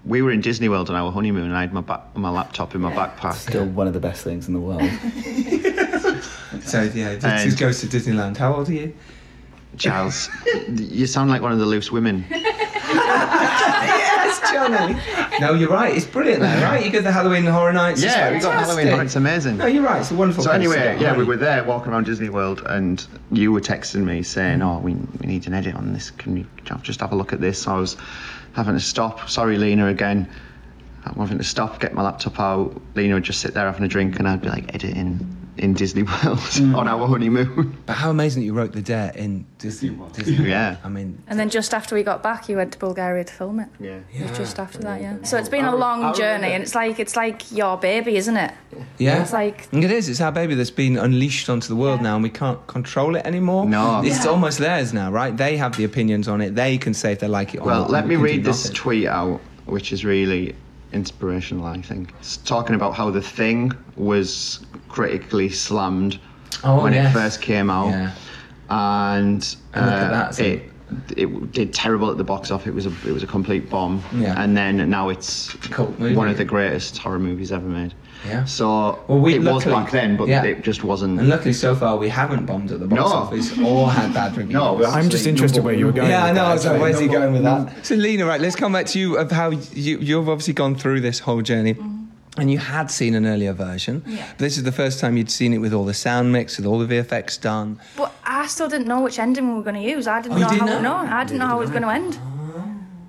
Speaker 3: we were in Disney World on our honeymoon, and I had my back, my laptop in my backpack.
Speaker 2: Still one of the best things in the world.
Speaker 1: So, yeah, this
Speaker 3: And-
Speaker 1: is goes to Disneyland. How old are you?
Speaker 3: Giles, you sound like one of the loose women.
Speaker 1: Yes, Johnny. No, you're right. It's brilliant, though, right? You got the Halloween Horror Nights. it's
Speaker 3: Yeah, we got
Speaker 1: fantastic.
Speaker 3: Halloween. It's amazing.
Speaker 1: No, you're right. It's a wonderful.
Speaker 3: So
Speaker 1: place to
Speaker 3: anyway,
Speaker 1: get
Speaker 3: yeah, we
Speaker 1: away.
Speaker 3: were there walking around Disney World, and you were texting me saying,
Speaker 1: Mm-hmm.
Speaker 3: "Oh, we, we need an edit on this. Can you just have a look at this?" So I was having to stop. Sorry, Lena, again. I'm having to stop, get my laptop out. Lena would just sit there having a drink, and I'd be like editing in Disney World
Speaker 1: Mm.
Speaker 3: on our honeymoon.
Speaker 1: But how amazing that you wrote the dare in Disney. Disney.
Speaker 3: yeah.
Speaker 1: I mean,
Speaker 5: And then just after we got back, you went to Bulgaria to film it.
Speaker 3: Yeah.
Speaker 5: It was just after that, yeah. So it's been
Speaker 3: I
Speaker 5: a
Speaker 3: re- I
Speaker 5: long
Speaker 3: remember
Speaker 5: journey,
Speaker 3: it.
Speaker 5: and it's like it's like your baby, isn't it?
Speaker 1: yeah.
Speaker 5: It's like
Speaker 1: it is. It's our baby that's been unleashed onto the world now, and we can't control it anymore.
Speaker 3: No.
Speaker 1: it's almost theirs now, right? They have the opinions on it. They can say if they like it or
Speaker 3: Well,
Speaker 1: not.
Speaker 3: let
Speaker 1: and
Speaker 3: me
Speaker 1: we can
Speaker 3: read
Speaker 1: do
Speaker 3: this
Speaker 1: nothing.
Speaker 3: tweet out, which is really inspirational, I think. It's talking about how The Thing was critically slammed
Speaker 1: Oh,
Speaker 3: when
Speaker 1: yes.
Speaker 3: it first came out.
Speaker 1: Yeah.
Speaker 3: And,
Speaker 1: And look at
Speaker 3: uh,
Speaker 1: that, so-
Speaker 3: it it did terrible at the box office. It was a it was a complete bomb.
Speaker 1: Yeah.
Speaker 3: And then now it's
Speaker 1: Cult movie.
Speaker 3: one of the greatest horror movies ever made.
Speaker 1: Yeah.
Speaker 3: So
Speaker 1: Well, we-
Speaker 3: it
Speaker 1: luckily-
Speaker 3: was back then, but
Speaker 1: yeah.
Speaker 3: it just wasn't.
Speaker 1: And luckily, so far, we haven't bombed at the box
Speaker 3: No.
Speaker 1: office or had bad reviews.
Speaker 3: no, we're
Speaker 2: I'm just
Speaker 3: actually
Speaker 2: interested
Speaker 3: number-
Speaker 2: where you were going.
Speaker 1: Yeah, I
Speaker 2: with
Speaker 1: know.
Speaker 2: that,
Speaker 1: I was like,
Speaker 2: actually.
Speaker 1: where's he going with that? So, Lena, right, let's come back to you of how you, you've obviously gone through this whole journey. and you had seen an earlier version.
Speaker 5: Yeah.
Speaker 1: But this is the first time you'd seen it with all the sound mix, with all the VFX done.
Speaker 5: But I still didn't know which ending we were going to use. I
Speaker 1: Oh,
Speaker 5: didn't
Speaker 1: you
Speaker 5: know
Speaker 1: didn't
Speaker 5: how
Speaker 1: know?
Speaker 5: no, I didn't know how it was going to end.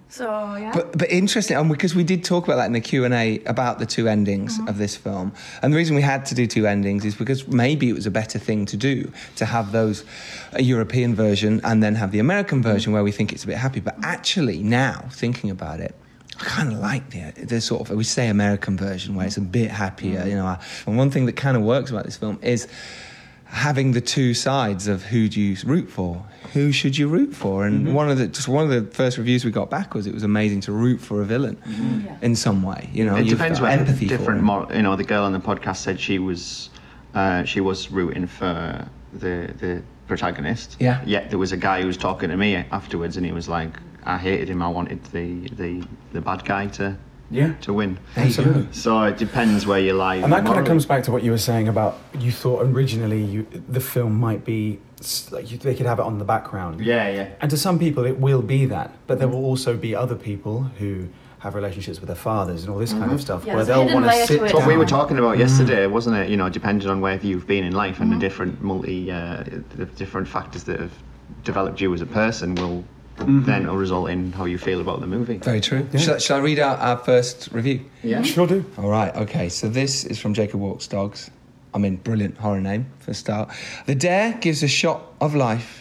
Speaker 5: So yeah.
Speaker 1: But but interesting, and because we did talk about that in the Q and A about the two endings of this film, and the reason we had to do two endings is because maybe it was a better thing to do to have those a European version and then have the American version where we think it's a bit happy. But actually, now thinking about it. I kind of like the, the sort of we say American version where it's a bit happier, you know. And one thing that kind of works about this film is having the two sides of who do you root for who should you root for and
Speaker 3: Mm-hmm.
Speaker 1: one of the just one of the first reviews we got back was it was amazing to root for a villain in some way you know
Speaker 3: it
Speaker 1: you've
Speaker 3: depends
Speaker 1: got
Speaker 3: whether
Speaker 1: empathy for
Speaker 3: different
Speaker 1: him.
Speaker 3: mor- you know the girl on the podcast said she was uh, she was rooting for the the protagonist
Speaker 1: Yeah.
Speaker 3: yet there was a guy who was talking to me afterwards and he was like i hated him i wanted the the the bad guy to
Speaker 2: Yeah.
Speaker 3: to win
Speaker 2: Absolutely.
Speaker 3: so it depends where you lie
Speaker 2: And that kind of
Speaker 3: morally.
Speaker 2: comes back to what you were saying about you thought originally you, the film might be s- like you, they could have it on the background.
Speaker 3: yeah yeah
Speaker 2: And to some people, it will be that, but there will also be other people who have relationships with their fathers and all this kind of stuff,
Speaker 7: Yeah,
Speaker 2: where
Speaker 7: there's a
Speaker 2: they'll
Speaker 7: hidden
Speaker 2: want
Speaker 7: layer
Speaker 2: to
Speaker 7: to
Speaker 2: sit
Speaker 7: it.
Speaker 3: Mm-hmm. What
Speaker 2: down. Mm.
Speaker 3: we were talking about yesterday, wasn't it? You know, depending on where you've been in life and the different multi, uh, the different factors that have developed you as a person will
Speaker 2: Mm-hmm.
Speaker 3: then result in how you feel about the movie.
Speaker 1: very true shall, shall i read out our first review
Speaker 3: Yeah.
Speaker 2: Sure do.
Speaker 1: All right, okay. So this is from Jacob Walks Dogs. I mean, brilliant horror name for a start. The Dare gives a shot of life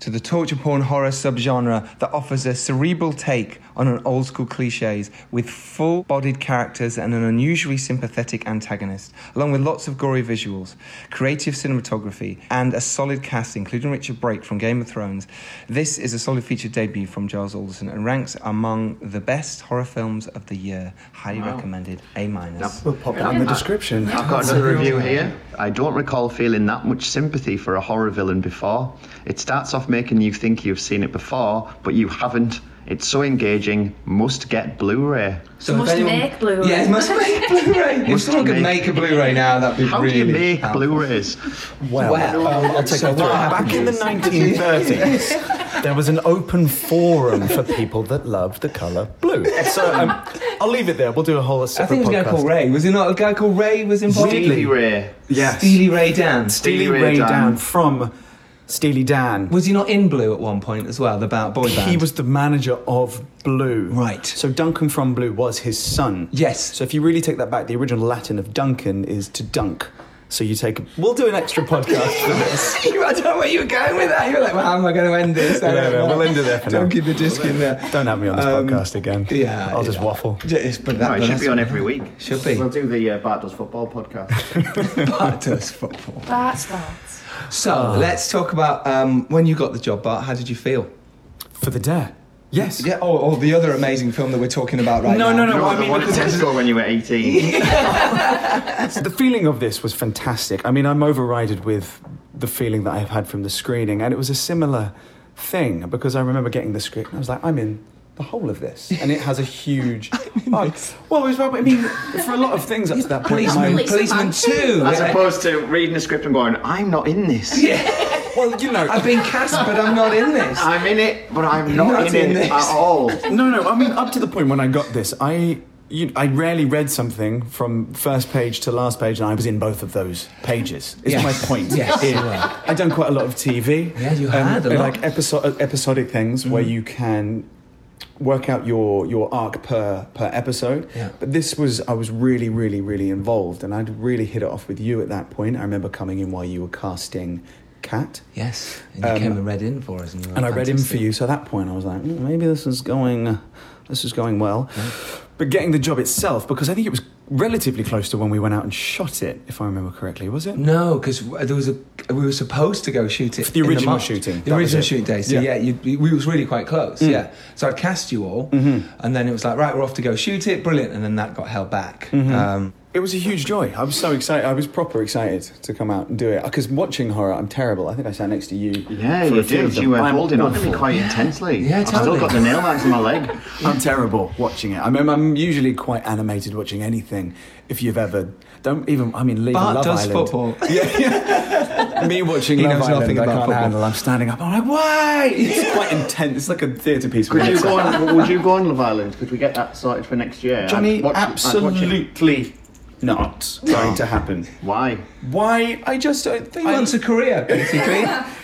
Speaker 1: to the torture porn horror subgenre that offers a cerebral take on an old school cliches with full bodied characters and an unusually sympathetic antagonist, along with lots of gory visuals, creative cinematography, and a solid cast, including Richard Brake from Game of Thrones. This is a solid feature debut from Giles Alderson and ranks among the best horror films of the year. Highly recommended. A minus.
Speaker 2: We'll pop that in the description.
Speaker 3: I've got another review here. I don't recall feeling that much sympathy for a horror villain before. It starts off making you think you've seen it before, but you haven't. It's so engaging. Must get Blu-ray.
Speaker 1: So
Speaker 7: Must make Blu-ray.
Speaker 1: Yeah, it must make Blu-ray. if
Speaker 3: Must
Speaker 1: someone could
Speaker 3: make-
Speaker 1: make a Blu-ray now, that'd be
Speaker 3: How
Speaker 1: really.
Speaker 3: do you make
Speaker 1: powerful.
Speaker 3: Blu-rays?
Speaker 2: Well,
Speaker 1: Well,
Speaker 2: I'll, I'll take
Speaker 1: so
Speaker 2: you through it.
Speaker 1: what happened
Speaker 2: Back in the 1930s, there was an open forum for people that loved the colour blue. So um, I'll leave it there. We'll do a whole
Speaker 1: I
Speaker 2: separate
Speaker 1: think it was a guy
Speaker 2: podcast.
Speaker 1: called Ray. Was it not a guy called Ray was involved?
Speaker 3: Steely Ray.
Speaker 2: Yes.
Speaker 1: Steely Ray Dan.
Speaker 2: Steely Ray, Dan. from Steely Dan.
Speaker 1: Was he not in Blue at one point as well? The ba- boy band.
Speaker 2: he was the manager of Blue.
Speaker 1: Right.
Speaker 2: So Duncan from Blue was his son.
Speaker 1: Yes.
Speaker 2: So if you really take that back, the original Latin of Duncan is to dunk. So you take. We'll do an extra podcast for this.
Speaker 1: I don't know where you were going with that. You were like, well, how am I going to end this? I
Speaker 2: No,
Speaker 1: don't
Speaker 2: no,
Speaker 1: know.
Speaker 2: we'll end it there for
Speaker 1: Don't
Speaker 2: now.
Speaker 1: give the disc in there.
Speaker 2: Don't have me on this
Speaker 1: Um,
Speaker 2: podcast again.
Speaker 1: Yeah.
Speaker 2: I'll just
Speaker 1: yeah.
Speaker 2: waffle.
Speaker 1: Just- but that,
Speaker 3: No, it
Speaker 1: but
Speaker 3: should be
Speaker 1: that's-
Speaker 3: on every week.
Speaker 1: Should be.
Speaker 3: We'll do the uh, Bart Does Football podcast.
Speaker 1: Bart does football.
Speaker 5: That's that.
Speaker 1: So let's talk about um, when you got the job, Bart. How did you feel?
Speaker 2: For the dare. Yes.
Speaker 1: Yeah. Oh, oh, the other amazing film that we're talking about right
Speaker 2: No,
Speaker 1: now.
Speaker 2: no, no.
Speaker 3: no,
Speaker 2: I
Speaker 3: I
Speaker 2: mean,
Speaker 3: mean, what
Speaker 2: because-
Speaker 3: did score when you were 18?
Speaker 2: the feeling of this was fantastic. I mean, I'm overrided with the feeling that I've had from the screening, and it was a similar thing because I remember getting the script and I was like, I'm in the whole of this, and it has a huge. Oh, well, it was, I mean, for a lot of things up to that point,
Speaker 1: Policeman,
Speaker 2: my-
Speaker 1: policeman two.
Speaker 3: As opposed to reading a script and going, I'm not in this.
Speaker 2: well, you know,
Speaker 1: I've been cast, but I'm not in this.
Speaker 3: I'm in it, but I'm not,
Speaker 1: Not
Speaker 3: in,
Speaker 1: in
Speaker 3: it
Speaker 1: this.
Speaker 3: at all.
Speaker 2: no, no. I mean, up to the point when I got this, I you, I rarely read something from first page to last page, and I was in both of those pages. Is
Speaker 1: Yes.
Speaker 2: my point?
Speaker 1: Yes,
Speaker 2: here.
Speaker 1: you were.
Speaker 2: I've done quite a lot of TV.
Speaker 1: Yeah, you had a lot. Mm.
Speaker 2: like episod- episodic things where you can work out your your arc per per episode.
Speaker 1: Yeah.
Speaker 2: But this was I was really really really involved, and I'd really hit it off with you at that point. I remember coming in while you were casting Cat.
Speaker 1: Yes, and you came and read in for us, Um, and, you were
Speaker 2: and I read him for
Speaker 1: fantastic.
Speaker 2: you. So at that point, I was like, "Mm, maybe this is going, this is going well. But getting the job itself, because I think it was relatively close to when we went out and shot it, if I remember correctly, was it?
Speaker 1: No, because there was a we were supposed to go shoot it.
Speaker 2: For the
Speaker 1: in
Speaker 2: original
Speaker 1: March.
Speaker 2: shooting,
Speaker 1: the
Speaker 2: that was
Speaker 1: original
Speaker 2: it.
Speaker 1: shoot day. So yeah,
Speaker 2: Yeah. Mm.
Speaker 1: you, you- we was really quite close. Yeah, so I'd cast you all,
Speaker 2: Mm-hmm.
Speaker 1: and then it was like, right, we're off to go shoot it. Brilliant, and then that got held back.
Speaker 2: Mm-hmm.
Speaker 1: Um,
Speaker 2: It was a huge joy. I was so excited. I was proper excited to come out and do it. Because watching horror, I'm terrible. I think I sat next to you.
Speaker 3: Yeah,
Speaker 2: for
Speaker 3: you
Speaker 2: a few of
Speaker 3: did.
Speaker 2: them.
Speaker 3: You were
Speaker 2: I'm
Speaker 3: holding on to me
Speaker 2: awful.
Speaker 3: quite intensely.
Speaker 1: Yeah,
Speaker 3: I've still
Speaker 1: totally.
Speaker 3: got the nail marks on my leg.
Speaker 2: I'm terrible watching it. I mean, I'm usually quite animated watching anything. If you've ever, don't even. I mean, leave
Speaker 1: Bart
Speaker 2: Love
Speaker 1: does
Speaker 2: Island.
Speaker 1: football.
Speaker 2: Yeah, yeah. Me watching
Speaker 1: He
Speaker 2: Love
Speaker 1: knows
Speaker 2: Island,
Speaker 1: nothing
Speaker 2: I
Speaker 1: about
Speaker 2: can't
Speaker 1: football.
Speaker 2: handle. I'm standing up. I'm like, why? It's quite intense. It's like a theatre piece.
Speaker 3: Could you go on, would you go on Love Island? Could we get that sorted for next year?
Speaker 2: Johnny
Speaker 3: I'd watch it- I'd watch it.
Speaker 2: absolutely not going to happen.
Speaker 3: Why?
Speaker 2: Why? I just don't think.
Speaker 1: He
Speaker 2: I-
Speaker 1: wants a career, basically.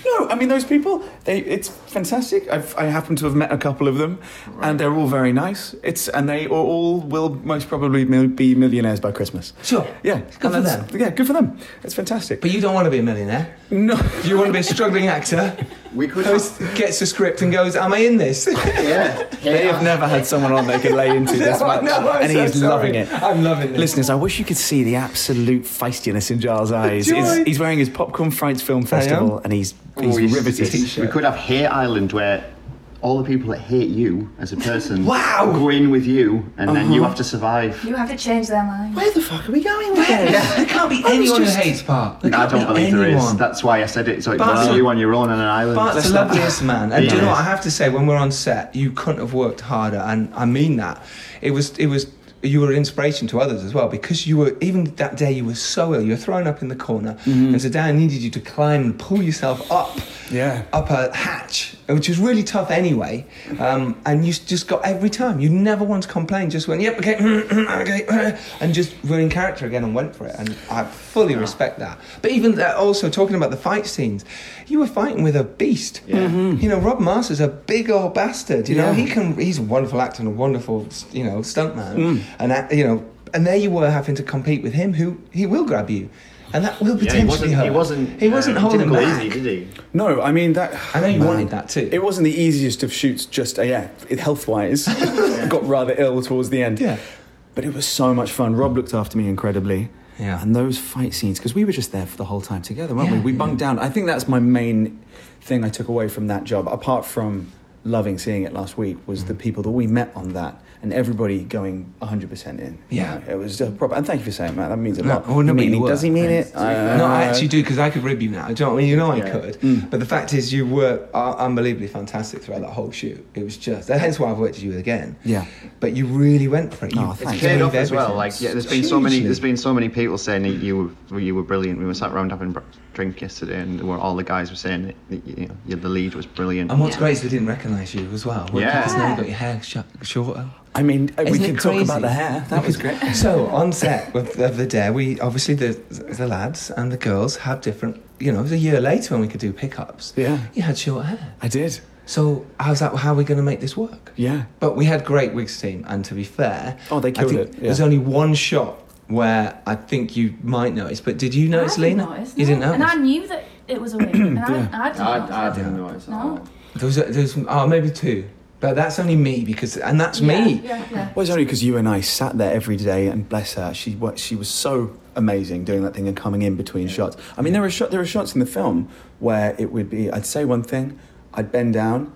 Speaker 2: No, I mean those people. They, it's fantastic. I've, I happen to have met a couple of them, and they're all very nice. It's and they are all will most probably mil- be millionaires by Christmas.
Speaker 1: Sure.
Speaker 2: Yeah,
Speaker 1: Good
Speaker 2: and
Speaker 1: for
Speaker 2: that's-
Speaker 1: them.
Speaker 2: Yeah, good for them. It's fantastic.
Speaker 1: but you don't want to be a millionaire.
Speaker 2: no,
Speaker 1: You want to be a struggling actor
Speaker 3: We could.
Speaker 1: who gets a script and goes, Am I in this?
Speaker 3: yeah.
Speaker 2: they have never had someone on they could lay into this much,
Speaker 1: I'm
Speaker 2: and
Speaker 1: so
Speaker 2: he's
Speaker 1: sorry.
Speaker 2: loving it.
Speaker 1: I'm loving this.
Speaker 2: Listeners, I wish you could see the absolute feistiness in Jarl's eyes.
Speaker 1: joy.
Speaker 2: He's, he's wearing his Popcorn Frights Film Festival, and he's he's
Speaker 3: we-
Speaker 2: riveted.
Speaker 3: We could have Hate Island where all the people that hate you as a person
Speaker 1: Wow. Uh-huh.
Speaker 3: go in with you and then you have to survive.
Speaker 5: You have to change their mind.
Speaker 2: Where the fuck are we going with this?
Speaker 1: There can't be anyone who hates Bart. There
Speaker 3: I
Speaker 1: can't
Speaker 3: don't
Speaker 1: be
Speaker 3: believe there is.
Speaker 1: anyone.
Speaker 3: That's why I said it. So it
Speaker 1: Bart's
Speaker 3: was
Speaker 1: a-
Speaker 3: you on your own on an island.
Speaker 1: Bart's the
Speaker 3: Let's not-
Speaker 1: loveliest man, and do you
Speaker 3: Yeah.
Speaker 1: know what I have to say? When we're on set, you couldn't have worked harder, and I mean that. It was, it was, you were an inspiration to others as well because you were even that day you were so ill. You were thrown up in the corner, and so Dan needed you to climb and pull yourself up,
Speaker 2: Mm-hmm. Yeah.
Speaker 1: up a hatch, which was really tough anyway. Um, and you s- just got every time. You never once complained. Just went, yep, okay, okay, and just were in character again and went for it. And I fully respect that. But even that, also talking about the fight scenes, you were fighting with a beast.
Speaker 3: Yeah. Mm-hmm.
Speaker 1: You know, Rob Masters a big old bastard. You know,
Speaker 2: Yeah.
Speaker 1: he can. He's a wonderful actor and a wonderful, you know, stuntman.
Speaker 3: Mm.
Speaker 1: And that, you know, and there you were having to compete with him, who he will grab you, and that will
Speaker 3: Yeah, he
Speaker 1: potentially
Speaker 3: wasn't.
Speaker 1: hurt.
Speaker 3: He wasn't.
Speaker 1: He wasn't
Speaker 3: uh,
Speaker 1: holding
Speaker 3: didn't go
Speaker 1: back.
Speaker 3: easy, did he?
Speaker 2: No, I mean that.
Speaker 1: I know you wanted that too.
Speaker 2: It wasn't the easiest of shoots. Just uh, yeah, health wise, got rather ill towards the end.
Speaker 1: Yeah.
Speaker 2: but it was so much fun. Rob looked after me incredibly.
Speaker 1: Yeah.
Speaker 2: and those fight scenes because we were just there for the whole time together, weren't
Speaker 1: Yeah,
Speaker 2: we? We
Speaker 1: yeah.
Speaker 2: bunked down. I think that's my main thing I took away from that job, apart from loving seeing it last week, was
Speaker 1: Mm.
Speaker 2: the people that we met on that. And everybody going 100% in.
Speaker 1: Yeah.
Speaker 2: It was a proper. And thank you for saying that. That means a
Speaker 1: No,
Speaker 2: lot.
Speaker 1: well, no,
Speaker 2: You
Speaker 1: but
Speaker 2: mean
Speaker 1: you
Speaker 2: it-
Speaker 1: were.
Speaker 2: Does he mean
Speaker 1: Thanks.
Speaker 2: it? Uh, Mm.
Speaker 1: no, I actually do because I could rib you now. Do you know what I mean? You know I
Speaker 3: Yeah.
Speaker 1: could. But the fact is, you were uh, unbelievably fantastic throughout that whole shoot. It was just hence why I've worked with you again.
Speaker 2: Yeah.
Speaker 1: But you really went for it. You
Speaker 2: Oh, thank
Speaker 1: gave
Speaker 2: you.
Speaker 3: paid off as well.
Speaker 1: everything.
Speaker 3: Like yeah, there's been so many.
Speaker 1: Hugely.
Speaker 3: There's been so many people saying that you were you were brilliant. We were sat round having br- drink yesterday, and where all the guys were saying that, that you know, you- the lead was brilliant.
Speaker 1: And what's great is we didn't recognise you as well. We're
Speaker 3: Yeah.
Speaker 1: Because now you got your hair sh- shorter.
Speaker 2: I mean, uh, we
Speaker 1: Isn't it
Speaker 2: can talk about
Speaker 1: crazy?
Speaker 2: the hair. That was great.
Speaker 1: So on set with, of the day, we obviously the the lads and the girls had different. You know, it was a year later when we could do pickups.
Speaker 2: Yeah.
Speaker 1: You had short hair.
Speaker 2: I did.
Speaker 1: So how's that? How are we going to make this work?
Speaker 2: Yeah.
Speaker 1: But we had great wigs team, and to be fair,
Speaker 2: Oh, they
Speaker 1: I
Speaker 2: killed
Speaker 1: think
Speaker 2: it, yeah.
Speaker 1: There's only one shot where I think you might notice. But did you notice,
Speaker 7: I didn't
Speaker 1: Lena?
Speaker 7: notice,
Speaker 1: you didn't
Speaker 7: no.
Speaker 1: notice.
Speaker 7: And I knew that it was a wig. and I, I didn't notice.
Speaker 3: I, I didn't know it.
Speaker 7: No.
Speaker 1: There was, a, there was oh maybe two, but that's only me because and that's
Speaker 7: Yeah,
Speaker 1: me.
Speaker 7: Yeah, yeah.
Speaker 2: Well, it's only because you and I sat there every day, and bless her, she wa- she was so amazing doing that thing and coming in between shots. I mean, there are shot there are shots in the film where it would be I'd say one thing, I'd bend down.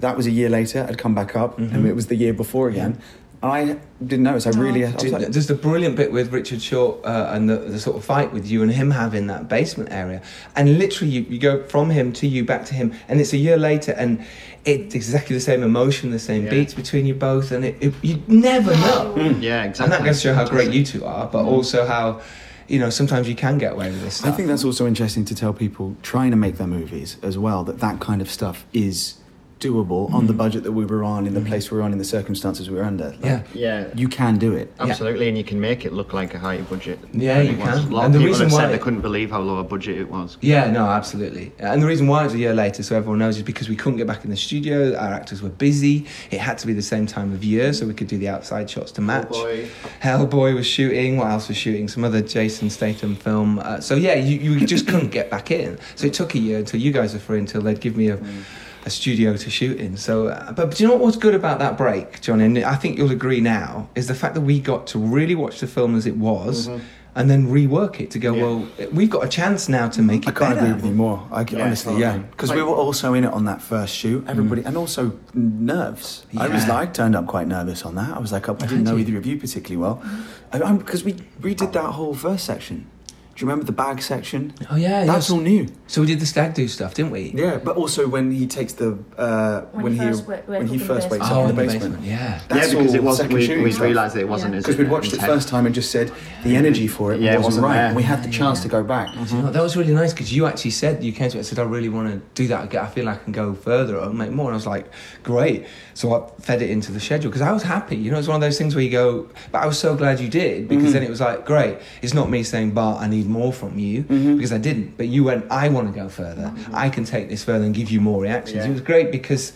Speaker 2: That was a year later. I'd come back up, and it was the year before again. And I didn't notice. I really. Mm-hmm. I was
Speaker 1: Did-
Speaker 2: like,
Speaker 1: There's the brilliant bit with Richard Short uh, and the, the sort of fight with you and him having that basement area, and literally you, you go from him to you back to him, and it's a year later, and it's exactly the same emotion, the same beats between you both, and it, it you never know.
Speaker 3: Yeah,
Speaker 1: And
Speaker 3: exactly. Mm.
Speaker 1: that goes to show how great you two are, but also how you know sometimes you can get away with this
Speaker 2: I
Speaker 1: stuff.
Speaker 2: think that's also interesting to tell people trying to make their movies as well that that kind of stuff is doable on the
Speaker 1: Mm.
Speaker 2: budget that we were on, in the place we were on, in the circumstances we were under. Like,
Speaker 1: yeah.
Speaker 3: Yeah.
Speaker 2: You can do it.
Speaker 3: Absolutely, and you can make it look like a higher budget.
Speaker 1: Yeah,
Speaker 3: than
Speaker 1: you
Speaker 3: it was.
Speaker 1: can.
Speaker 3: A lot
Speaker 1: And the
Speaker 3: of people
Speaker 1: reason
Speaker 3: have
Speaker 1: why-
Speaker 3: said they couldn't believe how low a budget it was.
Speaker 1: Yeah, no, absolutely. And the reason why it was a year later, so everyone knows, is because we couldn't get back in the studio. Our actors were busy. It had to be the same time of year, so we could do the outside shots
Speaker 3: Oh,
Speaker 1: to match.
Speaker 3: Hellboy.
Speaker 1: Hellboy was shooting. What else was shooting? Some other Jason Statham film. Uh, so yeah, you, you just couldn't get back in. So it took a year until you guys were free, until they'd give me a. A studio to shoot in. So, uh, but, but do you know what was good about that break, Johnny? And I think you'll agree now is the fact that we got to really watch the film as it was, and then rework it to go.
Speaker 3: Yeah.
Speaker 1: Well, we've got a chance now to make it
Speaker 2: I can't
Speaker 1: better.
Speaker 2: agree with you more. I c-
Speaker 3: Yeah,
Speaker 2: honestly,
Speaker 3: totally.
Speaker 2: yeah, because we were also in it on that first shoot. Everybody, and also nerves. I was
Speaker 1: Mm. Yeah.
Speaker 2: like turned up quite nervous on
Speaker 1: Mm.
Speaker 2: that. I was like, I didn't know either of you particularly well, because we redid that whole first section. you remember the bag section?
Speaker 1: Oh yeah,
Speaker 2: That's
Speaker 1: yes.
Speaker 2: all new.
Speaker 1: So we did the stag do stuff, didn't we?
Speaker 2: Yeah, but also when he takes the uh,
Speaker 7: When
Speaker 2: when,
Speaker 7: he
Speaker 2: he
Speaker 7: first wa-
Speaker 2: when he
Speaker 7: wakes up in
Speaker 2: first
Speaker 7: the
Speaker 2: wakes
Speaker 7: basement.
Speaker 2: up
Speaker 1: Oh,
Speaker 2: in the basement.
Speaker 1: Yeah.
Speaker 3: yeah,
Speaker 2: That's
Speaker 3: because
Speaker 2: all
Speaker 3: it wasn't.
Speaker 2: second
Speaker 3: We,
Speaker 2: shooting
Speaker 3: we
Speaker 2: stuff.
Speaker 3: realised that it wasn't as
Speaker 2: Because we'd watched it
Speaker 3: intense.
Speaker 2: first time and just said the energy for it
Speaker 3: Yeah, it
Speaker 2: wasn't,
Speaker 3: wasn't
Speaker 2: right.
Speaker 3: there. Mm-hmm.
Speaker 2: and We had the chance to go back.
Speaker 1: Do you know, what? Oh, that was really nice because you actually said you came to me and said I really want to do that again. I feel like I can go further or make more. And I was like, great. So I fed it into the schedule because I was happy. You know, it's one of those things where you go, but I was so glad you did because then it was like, great. It's not me saying, Bart, I need more from you because I didn't. But you went, I want to go further. I can take this further and give you more reactions. It was great because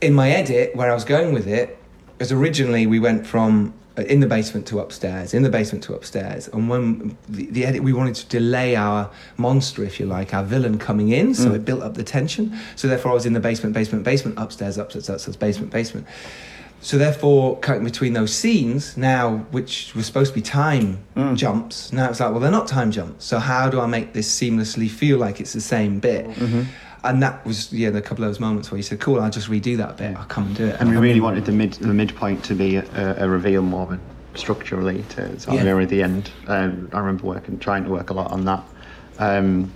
Speaker 1: in my edit where I was going with it, because originally we went from uh, in the basement to upstairs, in the basement to upstairs, and when the, the edit, we wanted to delay our monster, if you like, our villain coming in, so
Speaker 3: Mm.
Speaker 1: it built up the tension. So therefore, I was in the basement, basement, basement, upstairs, upstairs, upstairs, basement, basement. So therefore, cutting between those scenes now, which were supposed to be time
Speaker 3: Mm.
Speaker 1: jumps, now it's like, well, they're not time jumps. So how do I make this seamlessly feel like it's the same bit?
Speaker 3: Mm-hmm.
Speaker 1: And that was yeah, the couple of those moments where you said, "Cool, I'll just redo that bit. I'll come and do it."
Speaker 3: And we really wanted the mid the midpoint to be a, a reveal more than structurally to sort of
Speaker 1: Yeah.
Speaker 3: mirror the end. Um, I remember working trying to work a lot on that. Um,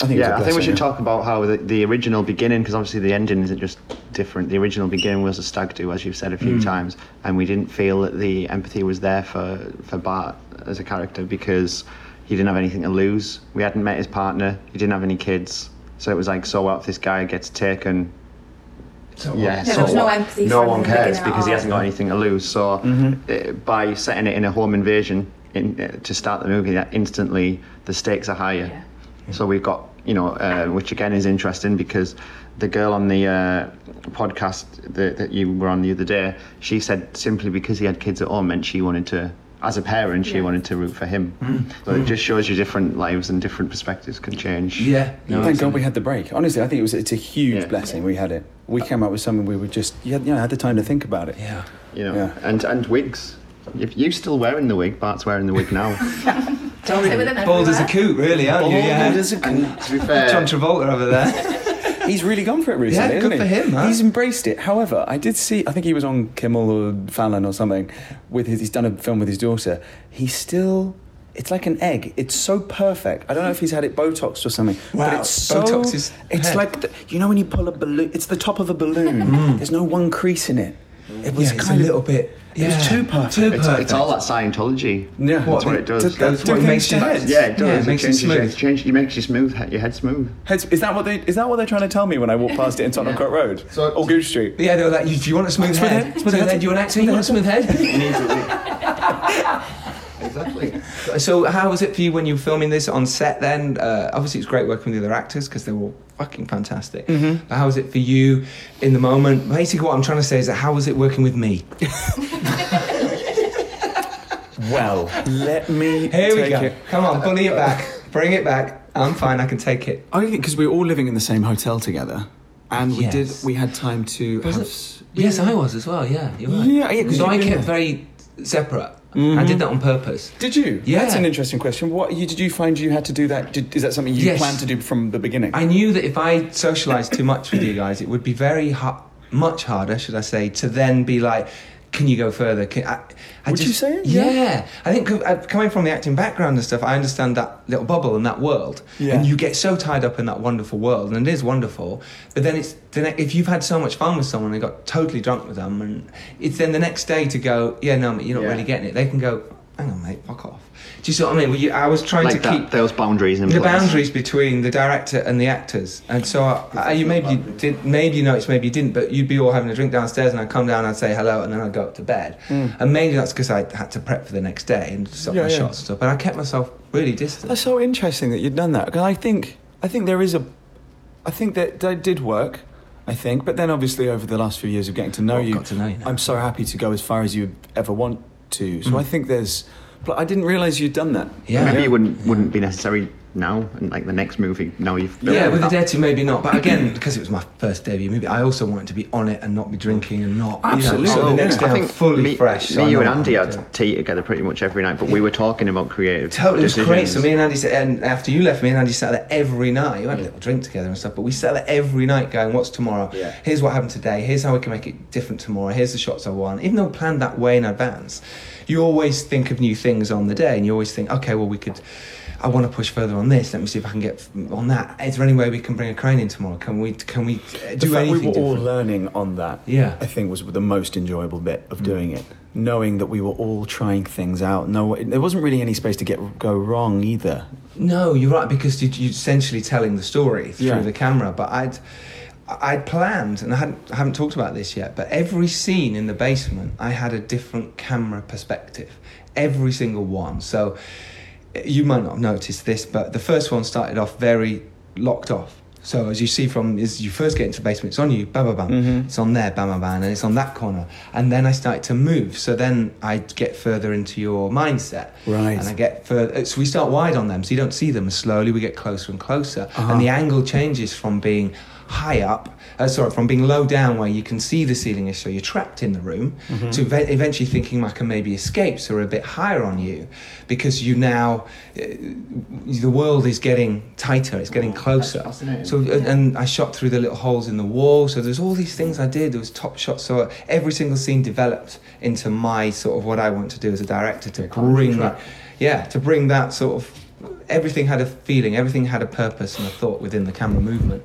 Speaker 2: I think. it was a
Speaker 3: yeah, I think we
Speaker 2: blessing,
Speaker 3: should
Speaker 2: yeah.
Speaker 3: talk about how the, the original beginning, because obviously the ending isn't just different. The original beginning was a stag do, as you've said a
Speaker 2: Hmm.
Speaker 3: few times, and we didn't feel that the empathy was there for, for Bart as a character because he didn't have anything to lose. We hadn't met his partner, he didn't have any kids. So it was like, so what if this guy gets taken?
Speaker 1: So
Speaker 3: Yeah,
Speaker 1: what?
Speaker 3: so
Speaker 8: there was no
Speaker 3: what?
Speaker 8: empathy
Speaker 3: No
Speaker 8: from
Speaker 3: one
Speaker 8: the beginning
Speaker 3: cares
Speaker 8: at
Speaker 3: because he
Speaker 8: all.
Speaker 3: hasn't got anything to lose. So uh, by setting it in a home invasion in, uh, to start the movie, that instantly the stakes are higher. So we've got you know, uh, which again is interesting because the girl on the uh, podcast that, that you were on the other day, she said simply because he had kids at home meant she wanted to. As a parent, she wanted to root for him. So it just shows you different lives and different perspectives can change.
Speaker 1: Yeah. No,
Speaker 2: Thank God we had the break. Honestly, I think it was it's a huge
Speaker 3: Yeah.
Speaker 2: blessing we had it. We came up with something we were just you had, you know, had the time to think about it.
Speaker 1: Yeah.
Speaker 3: You know,
Speaker 2: Yeah.
Speaker 3: and and wigs. If you're still wearing the wig, Bart's wearing the wig now.
Speaker 1: Tell me,
Speaker 7: with them
Speaker 1: bald as a
Speaker 7: everywhere.
Speaker 1: coot, really, aren't you?
Speaker 2: And
Speaker 1: Yeah.
Speaker 2: there's a-
Speaker 3: And to be fair,
Speaker 1: John Travolta over there.
Speaker 2: He's really gone for it recently.
Speaker 1: Yeah,
Speaker 2: hasn't
Speaker 1: good
Speaker 2: he?
Speaker 1: for him, huh?
Speaker 2: He's embraced it. However, I did see. I think he was on Kimmel or Fallon or something. With his, he's done a film with his daughter. He's still. It's like an egg. It's so perfect. I don't know if he's had it Botoxed or something. But
Speaker 1: Wow,
Speaker 2: it's so,
Speaker 1: Botox his
Speaker 2: It's
Speaker 1: head.
Speaker 2: like the, you know when you pull a balloon. It's the top of a balloon. There's no one crease in it. It
Speaker 1: Mm. yeah, it's a
Speaker 2: was kind of
Speaker 1: little bit. Yeah.
Speaker 2: It was too perfect.
Speaker 1: Too
Speaker 3: it's,
Speaker 1: perfect.
Speaker 3: it's all that Scientology.
Speaker 2: Yeah,
Speaker 3: that's what it does.
Speaker 2: To-
Speaker 1: That's what
Speaker 2: to
Speaker 1: makes you-
Speaker 2: things to heads.
Speaker 3: yeah, it does.
Speaker 1: Yeah, it
Speaker 3: it,
Speaker 1: makes you
Speaker 3: changes your-
Speaker 1: smooth.
Speaker 3: It, changes, it makes you smooth. Your head smooth.
Speaker 2: Heads- Is that what they? Is that what they're trying to tell me when I walk past it in Tottenham Court Road
Speaker 3: So-
Speaker 2: or Goose Street?
Speaker 1: yeah, they were like, "You- do you want a smooth
Speaker 2: Smooth
Speaker 1: head?
Speaker 2: head,
Speaker 1: Smooth head. Do you want an actor? You want a smooth head?
Speaker 3: exactly.
Speaker 1: so, how was it for you when you were filming this on set then? Uh, obviously, it's great working with the other actors because they were all fucking fantastic. But How was it for you in the moment? Basically, what I'm trying to say is that how was it working with me?
Speaker 2: Well, let me.
Speaker 1: Here we
Speaker 2: take
Speaker 1: go.
Speaker 2: it-
Speaker 1: Come on, bully it back. Bring it back. I'm fine. I can take it.
Speaker 2: I think because we were all living in the same hotel together, and we did.
Speaker 1: Yes.
Speaker 2: We had time to have.
Speaker 1: it-
Speaker 2: s-
Speaker 1: Yes, I was as well. Yeah, you're right.
Speaker 2: Yeah, yeah, 'cause
Speaker 1: So
Speaker 2: you've
Speaker 1: I
Speaker 2: been
Speaker 1: kept
Speaker 2: there.
Speaker 1: very separate.
Speaker 2: Mm-hmm.
Speaker 1: I did that on purpose.
Speaker 2: Did you?
Speaker 1: Yeah.
Speaker 2: That's an interesting question. What you, did you find you had to do that? Did, is that something you
Speaker 1: Yes.
Speaker 2: planned to do from the beginning?
Speaker 1: I knew that if I socialized too much with you guys, it would be very ha- much harder, should I say, to then be like, "Can you go further?" Can, I, I
Speaker 2: Would
Speaker 1: just,
Speaker 2: you say it?
Speaker 1: Yeah.
Speaker 2: Yeah.
Speaker 1: I think co- uh, coming from the acting background and stuff, I understand that little bubble and that world,
Speaker 2: Yeah.
Speaker 1: and you get so tied up in that wonderful world, and it is wonderful. But then it's then if you've had so much fun with someone and got totally drunk with them, and it's then the next day to go, "Yeah, no, mate, you're not
Speaker 3: Yeah.
Speaker 1: really getting it." They can go, "Hang on, mate, fuck off." Do you see what I mean? Well, you, I was trying
Speaker 3: Like
Speaker 1: to
Speaker 3: that,
Speaker 1: keep
Speaker 3: those boundaries in
Speaker 1: the
Speaker 3: place.
Speaker 1: boundaries between the director and the actors. And so I, I, you maybe you did, maybe you noticed, maybe you didn't, but you'd be all having a drink downstairs, and I'd come down, I'd say hello, and then I'd go up to bed. And maybe that's because I had to prep for the next day and stop
Speaker 2: Mm. Yeah,
Speaker 1: my
Speaker 2: yeah.
Speaker 1: shots and stuff. But I kept myself really distant.
Speaker 2: That's so interesting that you'd done that because I think I think there is a, I think that that did work. I think, but then obviously over the last few years of getting to know
Speaker 1: Oh,
Speaker 2: you,
Speaker 1: got to know you now. Hmm.
Speaker 2: I'm so happy to go as far as you ever want to. So I think there's, but I didn't realize you'd done that.
Speaker 1: Yeah.
Speaker 3: Maybe it wouldn't wouldn't be necessary now, and like the next movie. Now you've built
Speaker 1: yeah,
Speaker 3: up
Speaker 1: with the
Speaker 3: that.
Speaker 1: Dead Two, maybe not. But again, because it was my first debut movie, I also wanted to be on it and not be drinking and not. you know,
Speaker 2: Absolutely.
Speaker 1: so the
Speaker 2: Yeah.
Speaker 1: next day,
Speaker 3: Oh, I
Speaker 1: I'm
Speaker 3: think
Speaker 1: fully
Speaker 3: me,
Speaker 1: fresh. so
Speaker 3: Me,
Speaker 1: I
Speaker 3: you
Speaker 1: know
Speaker 3: and
Speaker 1: what
Speaker 3: Andy
Speaker 1: I'm
Speaker 3: had
Speaker 1: doing.
Speaker 3: tea together pretty much every night, but we were talking about creative.
Speaker 1: Totally, it was great.
Speaker 3: decisions.
Speaker 1: So me and Andy, sat- and after you left, me and Andy sat there every night. We had a little drink together and stuff, but we sat there every night going, "What's tomorrow?
Speaker 3: Yeah.
Speaker 1: Here's what happened today. Here's how we can make it different tomorrow. Here's the shots I want." Even though planned that way in advance, you always think of new things on the day, and you always think, "Okay, well we could." I want to push further on this. Let me see if I can get f- on that. Is there any way we can bring a crane in tomorrow? Can we? Can we uh,
Speaker 2: the
Speaker 1: do
Speaker 2: fact we
Speaker 1: anything
Speaker 2: were all
Speaker 1: different?
Speaker 2: learning on that,
Speaker 1: Yeah.
Speaker 2: I think was the most enjoyable bit of doing it. Knowing that we were all trying things out. No, there wasn't really any space to get go wrong either.
Speaker 1: No, you're right because you, you're essentially telling the story through
Speaker 2: Yeah.
Speaker 1: the camera. But I'd I'd planned, and I, hadn't, I haven't talked about this yet. But every scene in the basement, I had a different camera perspective, every single one. So you might not have noticed this, but the first one started off very locked off. So as you see from as you first get into the basement, it's on you, bam, bam, bam.
Speaker 2: Mm-hmm.
Speaker 1: It's on there, bam, bam, bam, and it's on that corner. And then I started to move. So then I get further into your mindset,
Speaker 2: Right.
Speaker 1: And I get further. So we start wide on them, so you don't see them. Slowly we get closer and closer, and the angle changes from being high up, uh, sorry, from being low down where you can see the ceiling is so you're trapped in the room, to ev- eventually thinking I can maybe escape, so we're a bit higher on you, because you now uh, the world is getting tighter, it's getting closer.
Speaker 3: fascinating.
Speaker 1: So and, and I shot through the little holes in the wall. So there's all these things I did. There was top shots. So every single scene developed into my sort of what I want to do as a director to bring that, yeah, to bring that sort of everything had a feeling, everything had a purpose and a thought within the camera movement.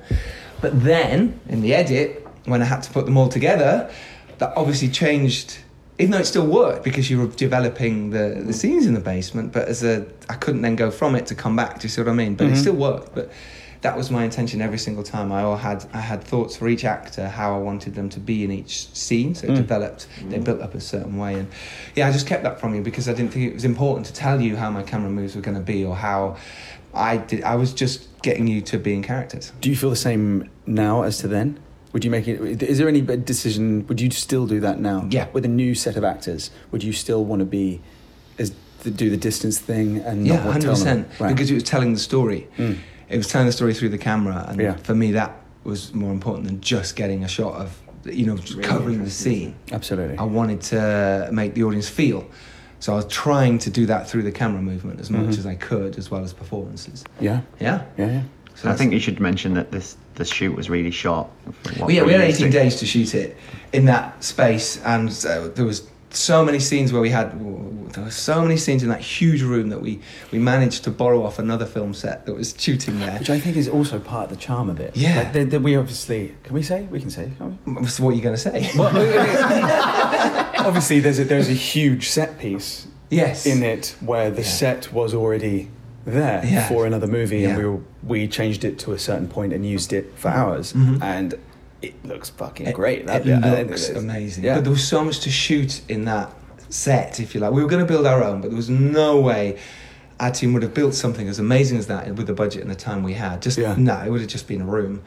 Speaker 1: But then in the edit, when I had to put them all together, that obviously changed. Even though it still worked because you were developing the, the scenes in the basement, but as a I couldn't then go from it to come back. Do you see what I mean? But it still worked. But that was my intention every single time. I all had I had thoughts for each actor, how I wanted them to be in each scene.
Speaker 2: Mm.
Speaker 1: So it developed, they built up a certain way, and yeah, I just kept that from you because I didn't think it was important to tell you how my camera moves were going to be or how I did. I was just getting you to be in characters.
Speaker 2: Do you feel the same now as to then? Would you make it? Is there any big decision? Would you still do that now?
Speaker 1: Yeah.
Speaker 2: With a new set of actors, would you still want to be, as the, do the distance thing and
Speaker 1: Yeah,
Speaker 2: not what
Speaker 1: hundred
Speaker 2: tell them? Mm.
Speaker 1: percent. Because it was telling the story. It was telling the story through the camera, and
Speaker 2: Yeah.
Speaker 1: for me, that was more important than just getting a shot of you know just covering the scene.
Speaker 2: absolutely.
Speaker 1: I wanted to make the audience feel. So I was trying to do that through the camera movement as much
Speaker 2: Mm-hmm.
Speaker 1: as I could, as well as performances.
Speaker 2: yeah.
Speaker 1: Yeah.
Speaker 2: Yeah. Yeah.
Speaker 1: So
Speaker 3: I
Speaker 1: that's-
Speaker 3: think you should mention that this the shoot was really short. for what
Speaker 1: Well, yeah, we had
Speaker 3: we
Speaker 1: 18
Speaker 3: used to-
Speaker 1: days to shoot it in that space, and uh, there was so many scenes where we had there were so many scenes in that huge room that we we managed to borrow off another film set that was shooting there.
Speaker 2: Which I think is also part of the charm of it.
Speaker 1: Yeah.
Speaker 2: Like, they, they- we obviously can we say we can say. Can't we?
Speaker 1: So what are you going to say?
Speaker 2: obviously there's a there's a huge set piece
Speaker 1: yes.
Speaker 2: in it where the set was already there
Speaker 1: Yeah.
Speaker 2: for another movie and
Speaker 1: Yeah. Mm-hmm.
Speaker 2: we were, we changed it to a certain point and used it for ours and it looks fucking
Speaker 1: It-
Speaker 2: great that
Speaker 1: It
Speaker 2: bit. I-
Speaker 1: looks
Speaker 2: it's-
Speaker 1: amazing.
Speaker 2: yeah.
Speaker 1: But there was so much to shoot in that set, if you like. We were going to build our own, but there was no way our team would have built something as amazing as that with the budget and the time we had. Just
Speaker 2: Yeah.
Speaker 1: no, it would have just been a room.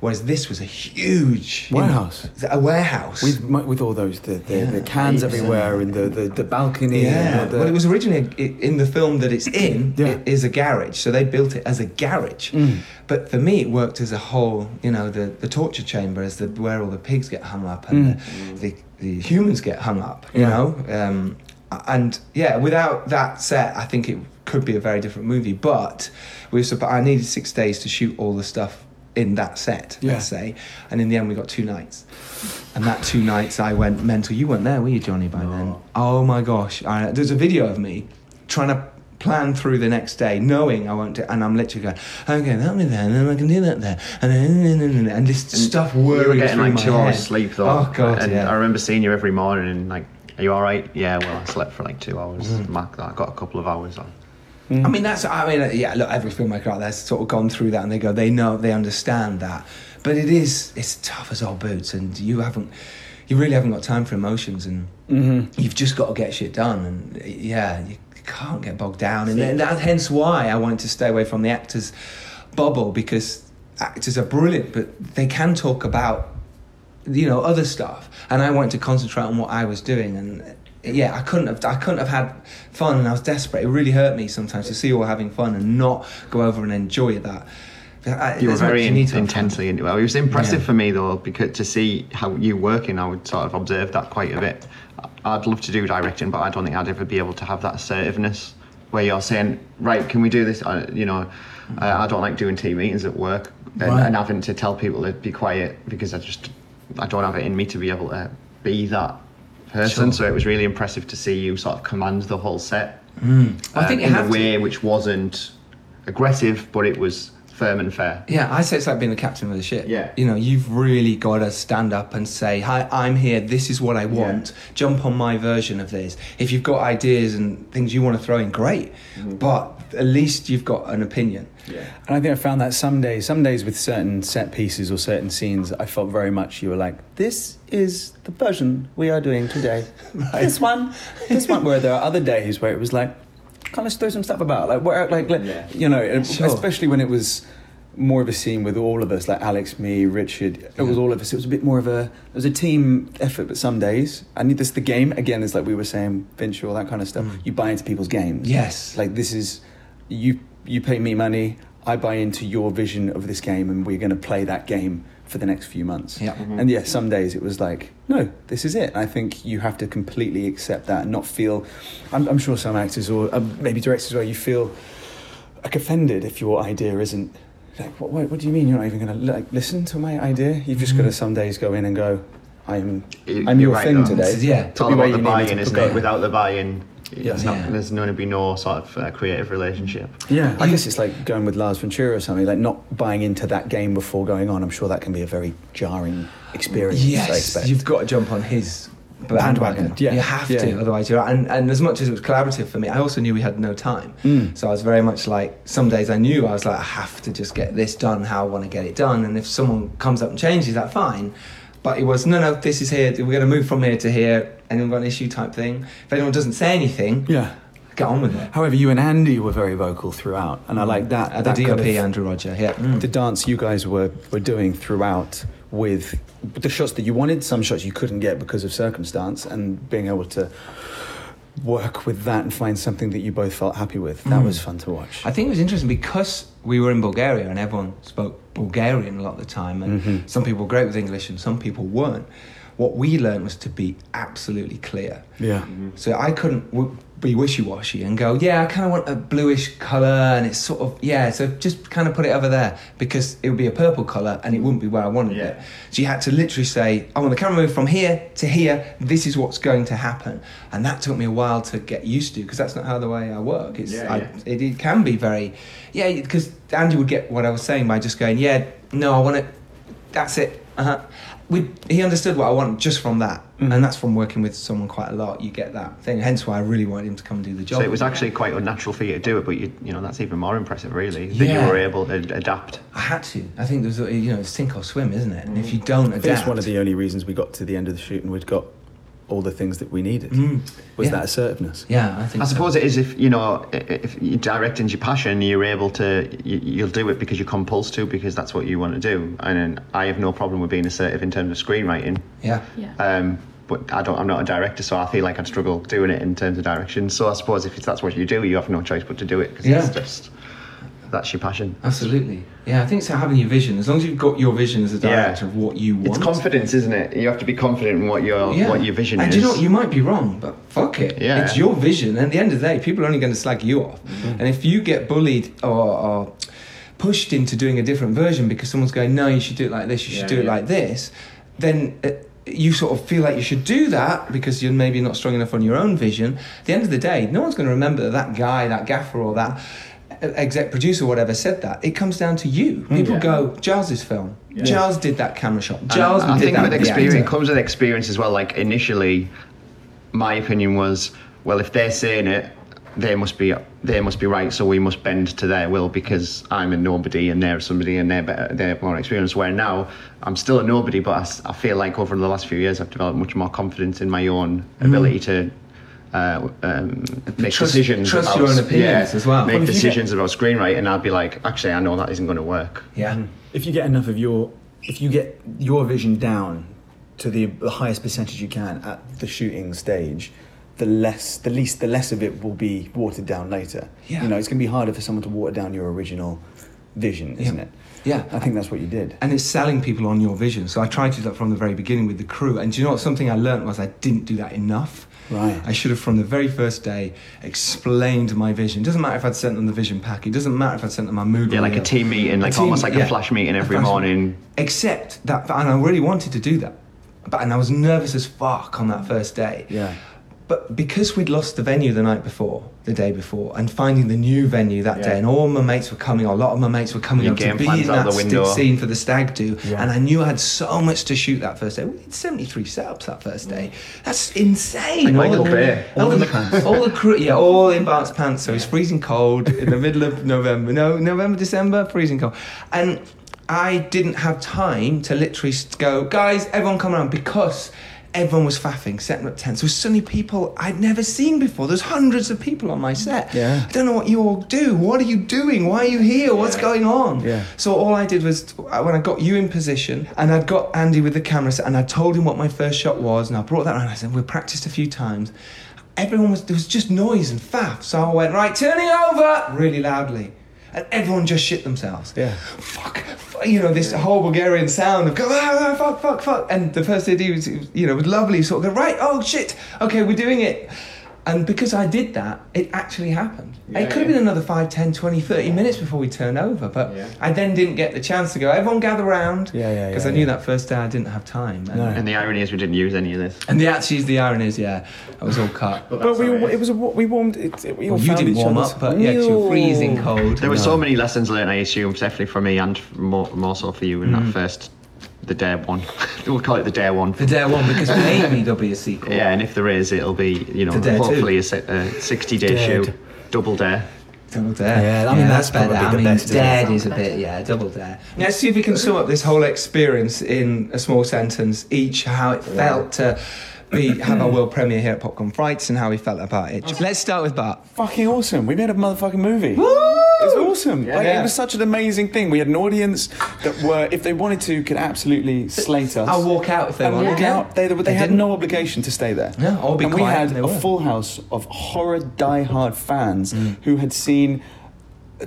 Speaker 1: Whereas this was a huge
Speaker 2: Warehouse.
Speaker 1: a warehouse.
Speaker 2: with, mu- with all those the, the, the
Speaker 1: Yeah.
Speaker 2: cans
Speaker 1: Heaps.
Speaker 2: everywhere and the, the, the balcony
Speaker 1: yeah,
Speaker 2: and the,
Speaker 1: well, it was originally a, i- in the film that it's in.
Speaker 2: Yeah. Mm.
Speaker 1: It is a garage, so they built it as a garage. But for me, it worked as a whole. You know, the, the torture chamber is the where all the pigs get hung up and the, the the humans get hung up. You
Speaker 2: Mm. Yeah.
Speaker 1: know, um, a- and yeah, without that set, I think it could be a very different movie. But we were, supp- I needed six days to shoot all the stuff in that set.
Speaker 2: Yeah.
Speaker 1: Let's say, and in the end, we got two nights. And that two nights I went mental. You weren't there, were you, Johnny, by then? Oh my gosh. I, there's a video of me trying to plan through the next day, knowing I won't do And I'm literally going, okay, that'll be there, and then I can do that there. And, then, and, then- and, then- and this stuff
Speaker 3: We
Speaker 1: whirring
Speaker 3: were getting
Speaker 1: through
Speaker 3: like
Speaker 1: my
Speaker 3: two hours
Speaker 1: head.
Speaker 3: sleep though.
Speaker 1: Oh, God,
Speaker 3: And
Speaker 1: yeah.
Speaker 3: I remember seeing you every morning and like, are you all right? Yeah, well, I slept for like two hours.
Speaker 1: Mm.
Speaker 3: Mac, I got a couple of hours on.
Speaker 1: I mean, that's, I mean, uh, yeah, look, every filmmaker out there's sort of gone through that and they go, they know, they understand that. But it is, it's tough as old boots and you haven't, you really haven't got time for emotions and
Speaker 2: Mm-hmm.
Speaker 1: you've just got to get shit done. And uh, yeah, you can't get bogged down. And, and that, hence why I wanted to stay away from the actors' bubble because actors are brilliant, but they can talk about you know other stuff and i wanted to concentrate on what i was doing and uh, yeah i couldn't have i couldn't have had fun and i was desperate it really hurt me sometimes to see you all having fun and not go over and enjoy that I,
Speaker 3: You were
Speaker 1: there's much
Speaker 3: very in-
Speaker 1: need to have
Speaker 3: intensely into it. It was impressive
Speaker 1: Yeah.
Speaker 3: for me though, because to see how you working, I would sort of observe that quite a bit. I- I'd love to do directing, but I don't think I'd ever be able to have that assertiveness where you're saying, right, can we do this? I, you know, I, I don't like doing team meetings at work and, and having to tell people to be quiet because I just I don't have it in me to be able to be that
Speaker 1: Sure.
Speaker 3: person. So it was really impressive to see you sort of command the whole set.
Speaker 1: I
Speaker 3: um,
Speaker 1: think it
Speaker 3: in
Speaker 1: had
Speaker 3: a
Speaker 1: to.
Speaker 3: way which wasn't aggressive, but it was firm and fair.
Speaker 1: Yeah, I say it's like being the captain of the ship.
Speaker 3: Yeah.
Speaker 1: You know, you've really got to stand up and say, Hi, I'm here. This is what I want. Jump on my version of this. If you've got ideas and things you want to throw in, great. But at least you've got an opinion.
Speaker 2: And I think I found that some days, some days with certain set pieces or certain scenes, I felt very much you were like, this is the version we are doing today. This one, this one. Where there are other days where it was like, kind of let's throw some stuff about, like, where, like, let-
Speaker 3: Yeah.
Speaker 2: you know, and
Speaker 1: Sure.
Speaker 2: especially when it was more of a scene with all of us, like Alex, me, Richard. It was all of us. It was a bit more of a, it was a team effort. But some days, I need this. The game again is like we were saying, Venture, all that kind of stuff. You buy into people's games.
Speaker 1: Yes.
Speaker 2: Like this is you you pay me money, I buy into your vision of this game and we're gonna play that game for the next few months.
Speaker 1: Yeah.
Speaker 3: Mm-hmm.
Speaker 1: Mhm.
Speaker 2: And yeah, some days it was like, no, this is it. And I think you have to completely accept that and not feel I'm, I'm sure some actors or uh, maybe directors where you feel like offended if your idea isn't like what, what, what do you mean you're not even gonna like listen to my idea? You've just
Speaker 1: Mm-hmm.
Speaker 2: gotta some days go in and go, I'm
Speaker 3: You-
Speaker 2: I'm
Speaker 3: you're
Speaker 2: your
Speaker 3: right,
Speaker 2: thing
Speaker 3: though.
Speaker 2: today.
Speaker 1: This is- yeah.
Speaker 3: It's
Speaker 2: To
Speaker 3: all
Speaker 2: be where
Speaker 3: about the
Speaker 2: you need me to
Speaker 3: buy-in, isn't
Speaker 2: go.
Speaker 3: it? Without the buy-in, it's not,
Speaker 1: Yeah.
Speaker 3: there's going to be no sort of uh, creative relationship.
Speaker 2: Yeah, I
Speaker 1: You-
Speaker 2: guess it's like going with Lars Ventura or something, like not buying into that game before going on. I'm sure that can be a very jarring experience. I
Speaker 1: Yes,
Speaker 2: expect.
Speaker 1: you've got to jump on his
Speaker 2: Bandwagon,
Speaker 1: bandwagon.
Speaker 2: yeah,
Speaker 1: You have
Speaker 2: yeah.
Speaker 1: to, otherwise you're out. And, and as much as it was collaborative for me, I also knew we had no time.
Speaker 2: Mm.
Speaker 1: So I was very much like, some days I knew I was like, I have to just get this done how I want to get it done. And if someone comes up and changes that, fine. But it was, no, no, this is here. We're going to move from here to here. Anyone got an issue type thing. If anyone doesn't say anything,
Speaker 2: yeah.
Speaker 1: get on with it.
Speaker 2: However, you and Andy were very vocal throughout, and I like that.
Speaker 1: Uh, the
Speaker 2: that
Speaker 1: DOP,
Speaker 2: kind of-
Speaker 1: Andrew Roger, yeah. Mm.
Speaker 2: the dance you guys were were doing throughout with the shots that you wanted, some shots you couldn't get because of circumstance, and being able to work with that and find something that you both felt happy with. That was fun to watch.
Speaker 1: I think it was interesting because we were in Bulgaria and everyone spoke Bulgarian a lot of the time, and
Speaker 3: Mm-hmm.
Speaker 1: some people were great with English and some people weren't. What we learned was to be absolutely clear.
Speaker 2: yeah.
Speaker 3: Mm-hmm.
Speaker 1: So I couldn't w- be wishy washy and go, yeah, I kind of want a bluish colour and it's sort of, yeah, so just kind of put it over there because it would be a purple colour and it wouldn't be where I wanted it.
Speaker 3: Yeah.
Speaker 1: So you had to literally say, I want the camera move from here to here, this is what's going to happen. And that took me a while to get used to because that's not how the way I work. It's,
Speaker 3: Yeah,
Speaker 1: I,
Speaker 3: yeah.
Speaker 1: It, it can be very, yeah, because Andy would get what I was saying by just going, yeah, no, I want it that's it. Uh-huh. We, he understood what I wanted just from that,
Speaker 2: Mm.
Speaker 1: and that's from working with someone quite a lot. You get that thing, hence why I really wanted him to come and do the job.
Speaker 3: So it was actually quite unnatural for you to do it, but you, you know that's even more impressive, really, that
Speaker 1: Yeah.
Speaker 3: you were able to adapt.
Speaker 1: I had to. I think there's a- you know sink or swim, isn't it? And if you don't adapt,
Speaker 2: That's Mm. one of the only reasons we got to the end of the shoot and we'd got all the things that we needed. Was
Speaker 1: Yeah.
Speaker 2: that assertiveness?
Speaker 1: mm, yeah, I think.
Speaker 3: I
Speaker 1: so.
Speaker 3: suppose it is if you know i- if you directing's your passion, you're able to you, you'll do it because you're compulsed to because that's what you want to do. And then I have no problem with being assertive in terms of screenwriting.
Speaker 1: Yeah.
Speaker 7: Yeah.
Speaker 3: Um, but I don't. I'm not a director, so I feel like I'd struggle doing it in terms of direction. So I suppose if it's, that's what you do, you have no choice but to do it because
Speaker 1: Yeah.
Speaker 3: it's just that's your passion.
Speaker 1: Absolutely. Yeah, I think so. Having your vision, as long as you've got your vision as a
Speaker 3: Yeah.
Speaker 1: director of what you want.
Speaker 3: It's confidence, isn't it? You have to be confident in what your
Speaker 1: Yeah.
Speaker 3: what your vision
Speaker 1: and
Speaker 3: is.
Speaker 1: do you know what? You might be wrong, but fuck it.
Speaker 3: Yeah. Mm-hmm.
Speaker 1: It's your vision. At the end of the day, people are only going to slag you off. And if you get bullied or, or pushed into doing a different version because someone's going, no, you should do it like this, you should do
Speaker 3: Yeah,
Speaker 1: it
Speaker 3: yeah.
Speaker 1: like this, then. Uh, you sort of feel like you should do that because you're maybe not strong enough on your own vision. At the end of the day, no one's going to remember that that guy, that gaffer, or that uh, exec producer, or whatever, said that. It comes down to you. People
Speaker 3: Mm. Yeah.
Speaker 1: go, Giles's film. Giles did that camera shot.
Speaker 3: And
Speaker 1: Giles
Speaker 3: I
Speaker 1: did
Speaker 3: think
Speaker 1: that.
Speaker 3: with
Speaker 1: with the
Speaker 3: experience
Speaker 1: actor."
Speaker 3: it comes with experience as well. Like initially, my opinion was, well, if they're saying it, they must be they must be right. So we must bend to their will because I'm a nobody and they're somebody and they're better, they're more experienced. Where now I'm still a nobody, but I s- I, feel like over the last few years I've developed much more confidence in my own ability to. Uh, um, make
Speaker 1: Mm. Trust-
Speaker 3: decisions
Speaker 1: trust
Speaker 3: about
Speaker 1: your own opinions as well. Well,
Speaker 3: Make
Speaker 1: if
Speaker 2: you
Speaker 3: decisions about screenwriting, and I'd be like, actually, I know that isn't going to work.
Speaker 1: Yeah.
Speaker 2: If you get enough of your, if you get your vision down to the, the highest percentage you can at the shooting stage, the less, the least, the less of it will be watered down later.
Speaker 1: Yeah.
Speaker 2: You know, it's going to be harder for someone to water down your original vision, isn't
Speaker 1: Yeah.
Speaker 2: it?
Speaker 1: Yeah.
Speaker 2: I think that's what you did.
Speaker 1: and it's selling people on your vision. So I tried to do that from the very beginning with the crew. And do you know what? Something I learnt was I didn't do that enough.
Speaker 2: Right.
Speaker 1: I should have, from the very first day, explained my vision. Doesn't matter if I'd sent them the vision pack. It doesn't matter if I'd sent them my mood.
Speaker 3: Yeah, like
Speaker 1: reel.
Speaker 3: a team meeting, like almost like a flash meeting every
Speaker 1: flash
Speaker 3: morning.
Speaker 1: Except that, and I really wanted to do that, but and I was nervous as fuck on that first day.
Speaker 2: Yeah.
Speaker 1: But because we'd lost the venue the night before, the day before, and finding the new venue that
Speaker 3: Yeah.
Speaker 1: day, and all my mates were coming, or a lot of my mates were coming
Speaker 3: Your
Speaker 1: up to
Speaker 3: game
Speaker 1: be
Speaker 3: plan's
Speaker 1: in
Speaker 3: out
Speaker 1: that
Speaker 3: the
Speaker 1: st-
Speaker 3: window.
Speaker 1: scene for the stag do,
Speaker 2: Yeah.
Speaker 1: and I knew I had so much to shoot that first day. We did 73 setups that first day. That's insane.
Speaker 3: Mm. Like Michael
Speaker 1: all,
Speaker 3: Bay.
Speaker 1: All, the, all the crew, yeah, all in Bart's pants. So it's freezing cold in the middle of November. No, November, December, freezing cold. And I didn't have time to literally s- go, guys, everyone come around because everyone was faffing, setting up tents. There was suddenly people I'd never seen before. There's hundreds of people on my set.
Speaker 2: Yeah.
Speaker 1: I don't know what you all do. What are you doing? Why are you here? What's going on?
Speaker 2: Yeah.
Speaker 1: So all I did was I- when I got you in position and I'd got Andy with the camera set, and I told him what my first shot was and I brought that around. I said, we practiced a few times. Everyone was, there was just noise and faff. So I went, right, turning over really loudly. And everyone just shit themselves.
Speaker 2: Yeah.
Speaker 1: Fuck. fu- You know, this whole Bulgarian sound of go, ah, ah, fuck, fuck, fuck. And the first lady was, you know, was lovely, sort of go, right, oh shit, okay, we're doing it. And because I did that, it actually happened. it could have been another 5, 10, 20, 30 minutes before we turn over, but
Speaker 3: Yeah.
Speaker 1: I then didn't get the chance to go, everyone gather round.
Speaker 2: Yeah, yeah,
Speaker 1: Because
Speaker 2: yeah,
Speaker 1: I knew
Speaker 2: yeah.
Speaker 1: that first day I didn't have time. And,
Speaker 2: No.
Speaker 3: And the irony is we didn't use any of this.
Speaker 1: and the actually, the iron is, yeah, I was all cut.
Speaker 2: But we, it was a, wa- we warmed. It, it, we all
Speaker 1: Well, you
Speaker 2: found
Speaker 1: didn't
Speaker 2: each
Speaker 1: warm
Speaker 2: other's-
Speaker 1: up, but yeah, 'cause you were freezing
Speaker 2: No.
Speaker 1: cold.
Speaker 3: There were
Speaker 1: No.
Speaker 3: so many lessons learned, I assume, definitely for me and more, more so for you in that first, the day one. we'll call it the day one.
Speaker 1: The Dare one, because maybe there'll be a E sequel.
Speaker 3: Yeah, and if there is, it'll be, you know,
Speaker 1: The dare two.
Speaker 3: hopefully a se- a 60 day
Speaker 2: Dead.
Speaker 3: shoot. Double dare.
Speaker 1: Double Dare.
Speaker 2: Yeah, I mean, that's probably the best, isn't it?
Speaker 1: Dead is a bit, yeah, Double Dare. Let's see if we can sum up this whole experience in a small sentence each, how it felt to be have our world premiere here at Popcorn Frights and how we felt about it. Let's start with Bart.
Speaker 2: Fucking awesome. We made a motherfucking movie. It was awesome. like,
Speaker 1: Yeah.
Speaker 2: It was such an amazing thing. We had an audience that were, if they wanted to, could absolutely slate us.
Speaker 1: I'll walk out if they
Speaker 2: and
Speaker 1: want.
Speaker 2: walk
Speaker 1: Yeah.
Speaker 2: out. They, they, had
Speaker 1: didn't.
Speaker 2: no obligation to stay there.
Speaker 1: Yeah, or be
Speaker 2: and
Speaker 1: quiet,
Speaker 2: we
Speaker 1: and
Speaker 2: had
Speaker 1: they
Speaker 2: a
Speaker 1: were.
Speaker 2: full house of horror die-hard fans
Speaker 1: Mm.
Speaker 2: who had seen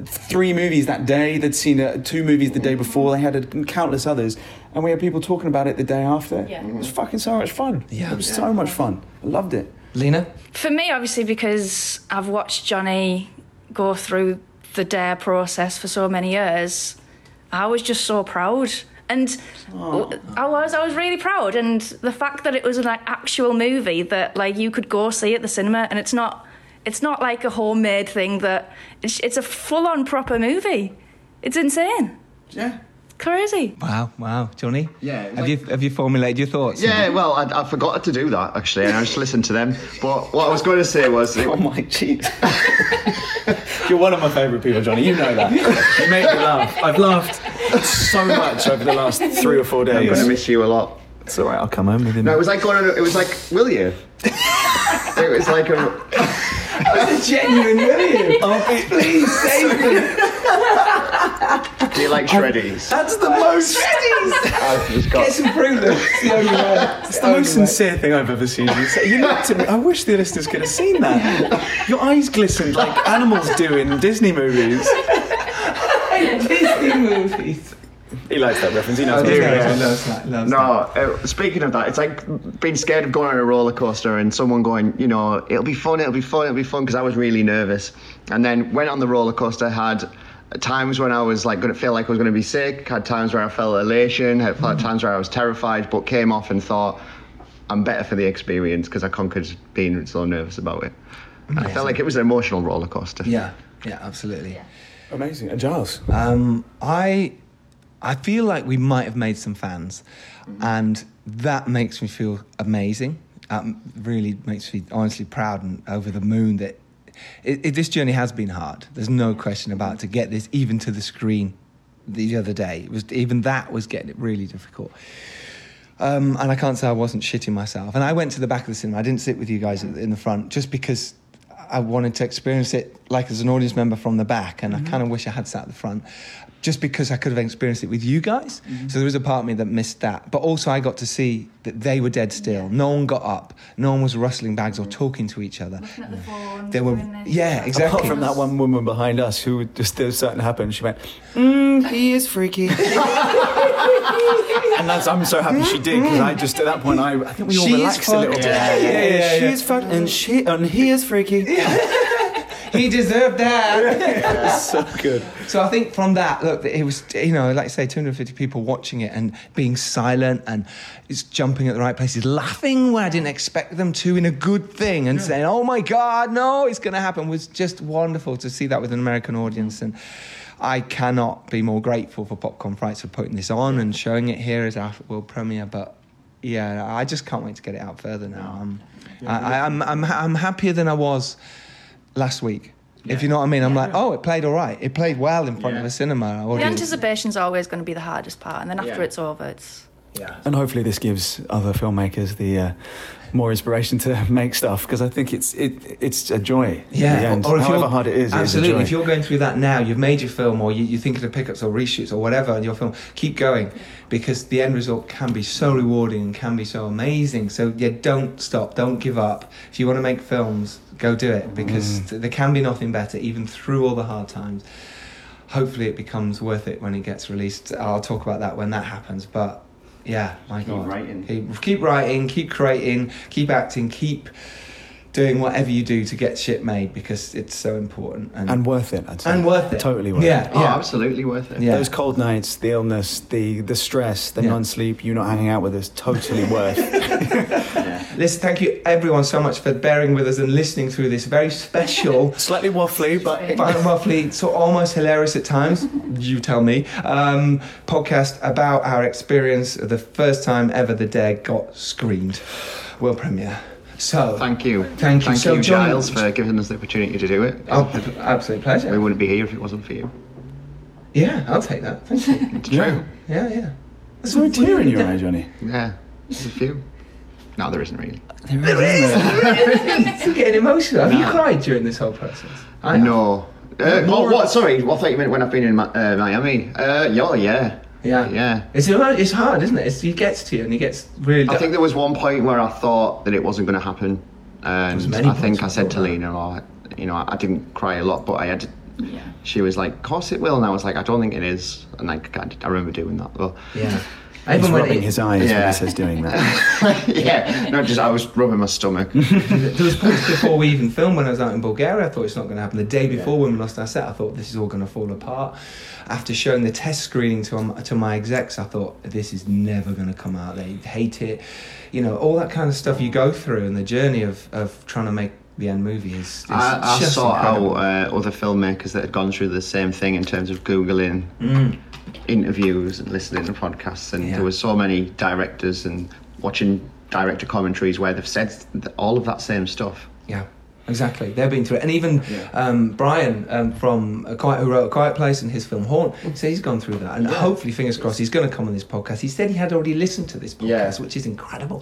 Speaker 2: three movies that day. They'd seen uh, two movies the day before. They had uh, countless others, and we had people talking about it the day after.
Speaker 7: Yeah.
Speaker 2: It was fucking so much fun.
Speaker 1: Yeah.
Speaker 2: it was so much fun. I loved it.
Speaker 1: Lena?
Speaker 5: For me, obviously, because I've watched Johnny go through the dare process for so many years, I was just so proud. And I was, I was really proud. And the fact that it was an like, actual movie that like you could go see at the cinema, and it's not, it's not like a homemade thing. That it's, it's a full-on proper movie. It's insane,
Speaker 2: Yeah.
Speaker 5: crazy.
Speaker 1: Wow, wow. Johnny?
Speaker 3: Yeah,
Speaker 1: Have,
Speaker 3: like-
Speaker 1: you, have you formulated your thoughts?
Speaker 3: Yeah, well, I, I forgot to do that actually, and I just listened to them. But what I was going to say was,
Speaker 2: Oh my jeez. You're one of my favourite people, Johnny. You know that. You make me laugh. I've laughed so much over the last three or four
Speaker 3: I'm going to
Speaker 2: days.
Speaker 3: miss you a lot.
Speaker 2: It's all right. I'll come home with him.
Speaker 3: No, it was like going. On, it was like, will you? it was like a.
Speaker 1: That's a genuine William. Please save me.
Speaker 3: Do you like shreddies?
Speaker 2: That's the most.
Speaker 3: I've just got.
Speaker 1: Get some fruit loops. It's the only way.
Speaker 2: It's the most sincere thing I've ever seen you say. You looked at me. I wish the listeners could have seen that. Your eyes glistened like animals do in Disney movies.
Speaker 1: Disney movies.
Speaker 2: He likes that reference. He
Speaker 1: Oh,
Speaker 2: knows.
Speaker 3: do,
Speaker 2: what I'm
Speaker 3: yeah.
Speaker 2: saying.
Speaker 1: Loves that, loves
Speaker 3: No,
Speaker 1: that.
Speaker 3: uh, speaking of that, it's like being scared of going on a roller coaster and someone going, you know, it'll be fun, it'll be fun, it'll be fun, because I was really nervous. And then went on the roller coaster, had times when I was like going to feel like I was going to be sick, had times where I felt elation, had
Speaker 1: Mm.
Speaker 3: had times where I was terrified, but came off and thought, I'm better for the experience because I conquered being so nervous about it. And I felt like it was an emotional roller coaster.
Speaker 1: Yeah, yeah, absolutely. Uh,
Speaker 2: Amazing. And Giles.
Speaker 1: Um, I I feel like we might have made some fans, and that makes me feel amazing. Um, really makes me honestly proud and over the moon that it, it, this journey has been hard. There's no question about it. to get this even to the screen the other day. It was even that was getting it really difficult. Um, and I can't say I wasn't shitting myself. And I went to the back of the cinema. I didn't sit with you guys at- in the front just because I wanted to experience it like as an audience member from the back.
Speaker 7: Mm-hmm.
Speaker 1: And I kind of wish I had sat at the front just because I could have experienced it with you guys.
Speaker 7: Mm-hmm.
Speaker 1: So there was a part of me that missed that. But also, I got to see that they were dead still. No one got up, no one was rustling bags or talking to each other.
Speaker 7: Looking at the phone.
Speaker 1: They were,
Speaker 7: doing this.
Speaker 1: yeah, exactly.
Speaker 2: Apart from that one woman behind us who would just there was something happened, she went, mm, "He is freaky," and that's I'm so happy she did because I just at that point I, I think we all
Speaker 1: She is
Speaker 2: relaxed a little
Speaker 1: fucked.
Speaker 2: bit.
Speaker 1: Yeah, yeah, yeah,
Speaker 2: she
Speaker 1: yeah.
Speaker 2: is fucked and she and he is freaky.
Speaker 1: he deserved that.
Speaker 2: so good.
Speaker 1: So I think from that, look, it was you know, like I say, 250 people watching it and being silent and it's jumping at the right places, laughing where I didn't expect them to in a good thing, and saying, "Oh my God, no, it's going to happen," was just wonderful to see that with an American audience and. I cannot be more grateful for Popcorn Frights for putting this on and showing it here as our world premiere. But yeah, I just can't wait to get it out further now. Um, I, I, I'm, I'm, I'm happier than I was last week. If you know what I mean, I'm like, oh, it played all right. It played well in front of
Speaker 3: Yeah.
Speaker 1: a cinema
Speaker 5: The
Speaker 1: audience.
Speaker 5: anticipation's always going to be the hardest part, and then after
Speaker 3: Yeah.
Speaker 5: it's over, it's
Speaker 3: Yeah.
Speaker 2: And hopefully, this gives other filmmakers the uh, more inspiration to make stuff because I think it's it it's a joy. in the end. however hard it is,
Speaker 1: Absolutely.
Speaker 2: It
Speaker 1: If
Speaker 2: is a joy.
Speaker 1: you're going through that now, you've made your film or you, you're thinking of pickups or reshoots or whatever in your film, keep going because the end result can be so rewarding and can be so amazing. So, yeah, don't stop. Don't give up. If you want to make films, go do it
Speaker 2: Mm.
Speaker 1: because th- there can be nothing better, even through all the hard times. Hopefully, it becomes worth it when it gets released. I'll talk about that when that happens. But yeah, my
Speaker 3: Keep
Speaker 1: God.
Speaker 3: writing.
Speaker 1: Keep, keep writing, keep creating, keep acting, keep doing whatever you do to get shit made because it's so important and
Speaker 2: and worth it. I'd say.
Speaker 1: and worth it.
Speaker 2: Totally worth
Speaker 1: yeah,
Speaker 2: it.
Speaker 3: Oh,
Speaker 1: Yeah,
Speaker 3: absolutely worth it.
Speaker 1: Yeah.
Speaker 2: Those cold nights, the illness, the the stress, the
Speaker 1: Yeah.
Speaker 2: non-sleep, you not hanging out with us, totally worth.
Speaker 1: Listen, thank you everyone so much for bearing with us and listening through this very special.
Speaker 2: Slightly waffly, but
Speaker 1: but roughly, so almost hilarious at times. You tell me. Um, podcast about our experience of the first time ever the Dare got screened, world premiere. So
Speaker 3: Thank you.
Speaker 1: Thank you. So,
Speaker 3: you,
Speaker 1: John-
Speaker 3: Giles, for giving us the opportunity to do it.
Speaker 1: Oh, absolute
Speaker 3: we
Speaker 1: pleasure.
Speaker 3: wouldn't be here if it wasn't for you.
Speaker 1: Yeah, I'll take that. Thank you.
Speaker 3: It's true.
Speaker 1: Yeah, yeah.
Speaker 2: there's no tear in your eye, Johnny.
Speaker 3: Yeah. There's a few. No, there isn't really.
Speaker 1: There is. I'm getting emotional. Have you
Speaker 3: No.
Speaker 1: cried during this whole process? I have.
Speaker 3: No. Uh, oh, what? Sorry, what I thought you meant when I've been in Mi- uh, Miami. Uh, yeah, yeah.
Speaker 1: Yeah.
Speaker 3: Yeah.
Speaker 1: It's it's hard, isn't it? It's, it gets to you and it gets really.
Speaker 3: I think there was one point where I thought that it wasn't going to happen, and
Speaker 1: was many
Speaker 3: I think
Speaker 1: points
Speaker 3: I
Speaker 1: I
Speaker 3: said
Speaker 1: thought
Speaker 3: to Lena, oh, you know, I, I didn't cry a lot, but I had. To,
Speaker 7: Yeah.
Speaker 3: She was like, "Of course it will," and I was like, "I don't think it is," and like I, did- I remember doing that. Well,
Speaker 1: yeah. I
Speaker 2: He's
Speaker 1: even went.
Speaker 2: rubbing his eyes when
Speaker 3: Yeah.
Speaker 2: he says doing that.
Speaker 3: yeah, no, just I was rubbing my stomach.
Speaker 1: There was points before we even filmed when I was out in Bulgaria. I thought it's not going to happen. The day before when we lost our set, I thought this is all going to fall apart. After showing the test screening to um, to my execs, I thought this is never going to come out. They hate it. You know, all that kind of stuff you go through and the journey of, of trying to make the end movie is, is
Speaker 3: I, I
Speaker 1: just
Speaker 3: saw
Speaker 1: incredible.
Speaker 3: how uh, other filmmakers that had gone through the same thing in terms of googling
Speaker 1: Mm.
Speaker 3: interviews and listening to podcasts, and
Speaker 1: Yeah.
Speaker 3: there were so many directors and watching director commentaries where they've said th- all of that same stuff.
Speaker 1: Yeah, exactly. They've been through it, and even um, Brian um, from a Quiet, who wrote A Quiet Place and his film Haunt,
Speaker 3: Mm.
Speaker 1: so he's gone through that, and hopefully, fingers crossed, he's going to come on this podcast. He said he had already listened to this podcast,
Speaker 3: Yeah. Mm-hmm.
Speaker 1: which is incredible.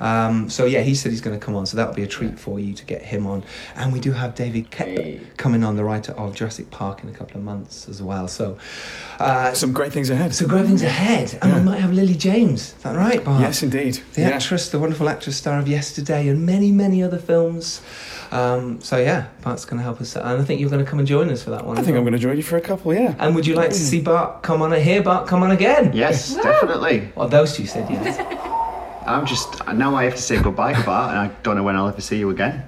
Speaker 1: Um, so yeah, he said he's going to come on, so that'll be a treat for you to get him on. And we do have David Kepler
Speaker 3: Hey.
Speaker 1: coming on, the writer of Jurassic Park, in a couple of months as well. So, uh, so,
Speaker 2: Some great things ahead.
Speaker 1: great things ahead, and we might have Lily James. Is that right, Bart?
Speaker 2: yes, indeed.
Speaker 1: the actress, the wonderful actress star of Yesterday and many, many other films. Um, so yeah, Bart's going to help us, and I think you're going to come and join us for that one.
Speaker 2: I
Speaker 1: as
Speaker 2: think Mm. I'm
Speaker 1: well.
Speaker 2: going to join you for a couple. Yeah.
Speaker 1: And would you like to see Bart come on? Hear Bart come on again?
Speaker 3: Yes, definitely.
Speaker 1: Well, those two said yes.
Speaker 3: I'm just now I have to say goodbye to Bart, and I don't know when I'll ever see you again.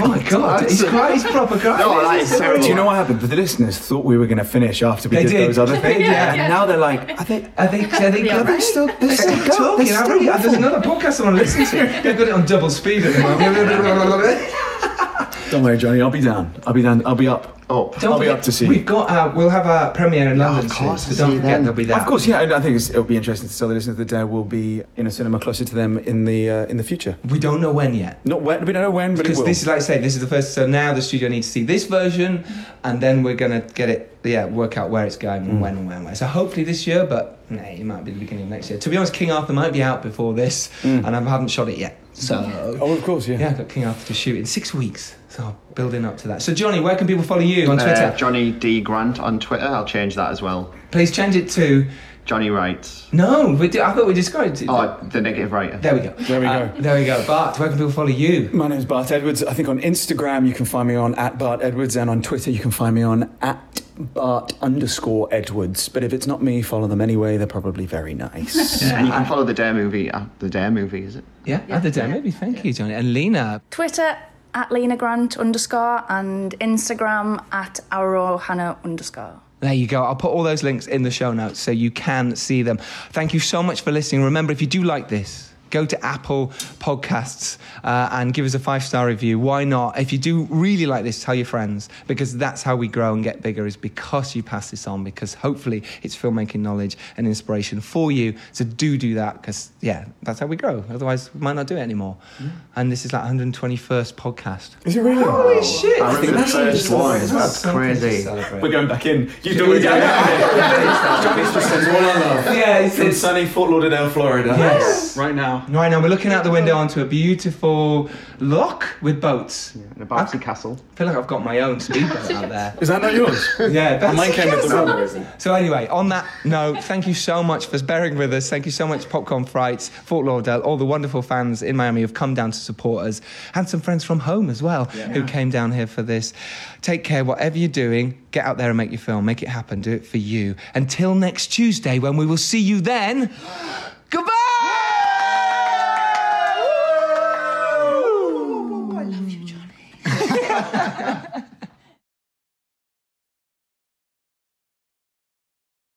Speaker 1: oh my God, he's quite he's proper guy.
Speaker 3: No, that is terrible.
Speaker 2: Do you know what happened? The listeners thought we were going to finish after we
Speaker 1: They
Speaker 2: did,
Speaker 1: did.
Speaker 2: those other
Speaker 1: They
Speaker 2: things,
Speaker 1: did.
Speaker 2: and now they're like, I think
Speaker 1: Are they, are they, are they still, they're still talking? I really, there's another podcast I want to listen to. They've got it on double speed at the moment.
Speaker 2: Don't worry, Johnny. I'll be down. I'll be down. I'll be up.
Speaker 3: Oh,
Speaker 1: Don't
Speaker 2: I'll be
Speaker 1: forget,
Speaker 2: up to see
Speaker 1: We've
Speaker 2: you.
Speaker 1: got our, we'll have our premiere in London
Speaker 3: course,
Speaker 1: soon,
Speaker 3: I'll
Speaker 1: so don't
Speaker 3: see you
Speaker 1: forget
Speaker 3: then.
Speaker 1: there'll be that.
Speaker 2: Of course, yeah. and I think it's, it'll be interesting to tell the listeners that Dare will be in a cinema closer to them in the uh, in the future.
Speaker 1: We don't know when yet.
Speaker 2: Not when. We don't know when, but it
Speaker 1: Because
Speaker 2: will.
Speaker 1: this is, like I say, this is the first. So now the studio needs to see this version, and then we're gonna get it. Yeah, work out where it's going
Speaker 2: Mm.
Speaker 1: and when and when. and Where. So hopefully this year, but nah, it might be the beginning of next year. To be honest, King Arthur might be out before this, and I haven't shot it yet. So
Speaker 2: oh, of course, Mm. yeah.
Speaker 1: yeah, I've got King Arthur to shoot in six weeks. So building up to that. So Johnny, where can people follow you on Twitter?
Speaker 3: Uh, Johnny D Grant on Twitter. I'll change that as well.
Speaker 1: Please change it to
Speaker 3: Johnny writes.
Speaker 1: no. We do, I thought we described it.
Speaker 3: Oh, the negative writer.
Speaker 1: There we go.
Speaker 2: There we
Speaker 1: Uh,
Speaker 2: go.
Speaker 1: there we go. Bart, where can people follow you?
Speaker 2: My name's Bart Edwards. I think on Instagram you can find me on at Bart Edwards, and on Twitter you can find me on at Bart underscore Edwards. But if it's not me, follow them anyway. They're probably very nice.
Speaker 3: And you can follow the Dare movie. Uh, the Dare movie, is it?
Speaker 1: Yeah, other day. Maybe. Thank you, Johnny. And Lena,
Speaker 5: Twitter at Lena Grant underscore and Instagram at Aurora Hannah underscore.
Speaker 1: There you go. I'll put all those links in the show notes so you can see them. Thank you so much for listening. Remember, if you do like this, go to Apple Podcasts uh, and give us a five star review. Why not? If you do really like this, tell your friends because that's how we grow and get bigger is because you pass this on, because hopefully it's filmmaking knowledge and inspiration for you. So do do that because, yeah, that's how we grow. Otherwise, we might not do it anymore. And this is like 121st podcast.
Speaker 2: Is it really?
Speaker 1: Holy shit!
Speaker 3: I remember the first one.
Speaker 1: That's
Speaker 3: That's
Speaker 1: something to
Speaker 3: crazy.
Speaker 1: celebrate.
Speaker 2: We're going back in. You do it Johnny's just sends one love.
Speaker 1: Yeah, he
Speaker 2: From
Speaker 1: says-
Speaker 2: sunny Fort Lauderdale, Florida.
Speaker 1: Yes.
Speaker 2: Right now.
Speaker 1: Right now, we're looking out the window onto a beautiful loch with boats.
Speaker 3: And a bouncy castle.
Speaker 1: I feel like I've got my own speedboat out there.
Speaker 2: Is that not yours?
Speaker 1: Yeah, that's
Speaker 2: Mine came with the wall.
Speaker 1: So anyway, on that note, thank you so much for bearing with us. Thank you so much, Popcorn Frights, Fort Lauderdale, all the wonderful fans in Miami who've come down to support us, and some friends from home as well who came down here for this. Take care, whatever you're doing, get out there and make your film, make it happen, do it for you. Until next Tuesday, when we will see you then. Goodbye. Woo!
Speaker 5: I love you, Johnny.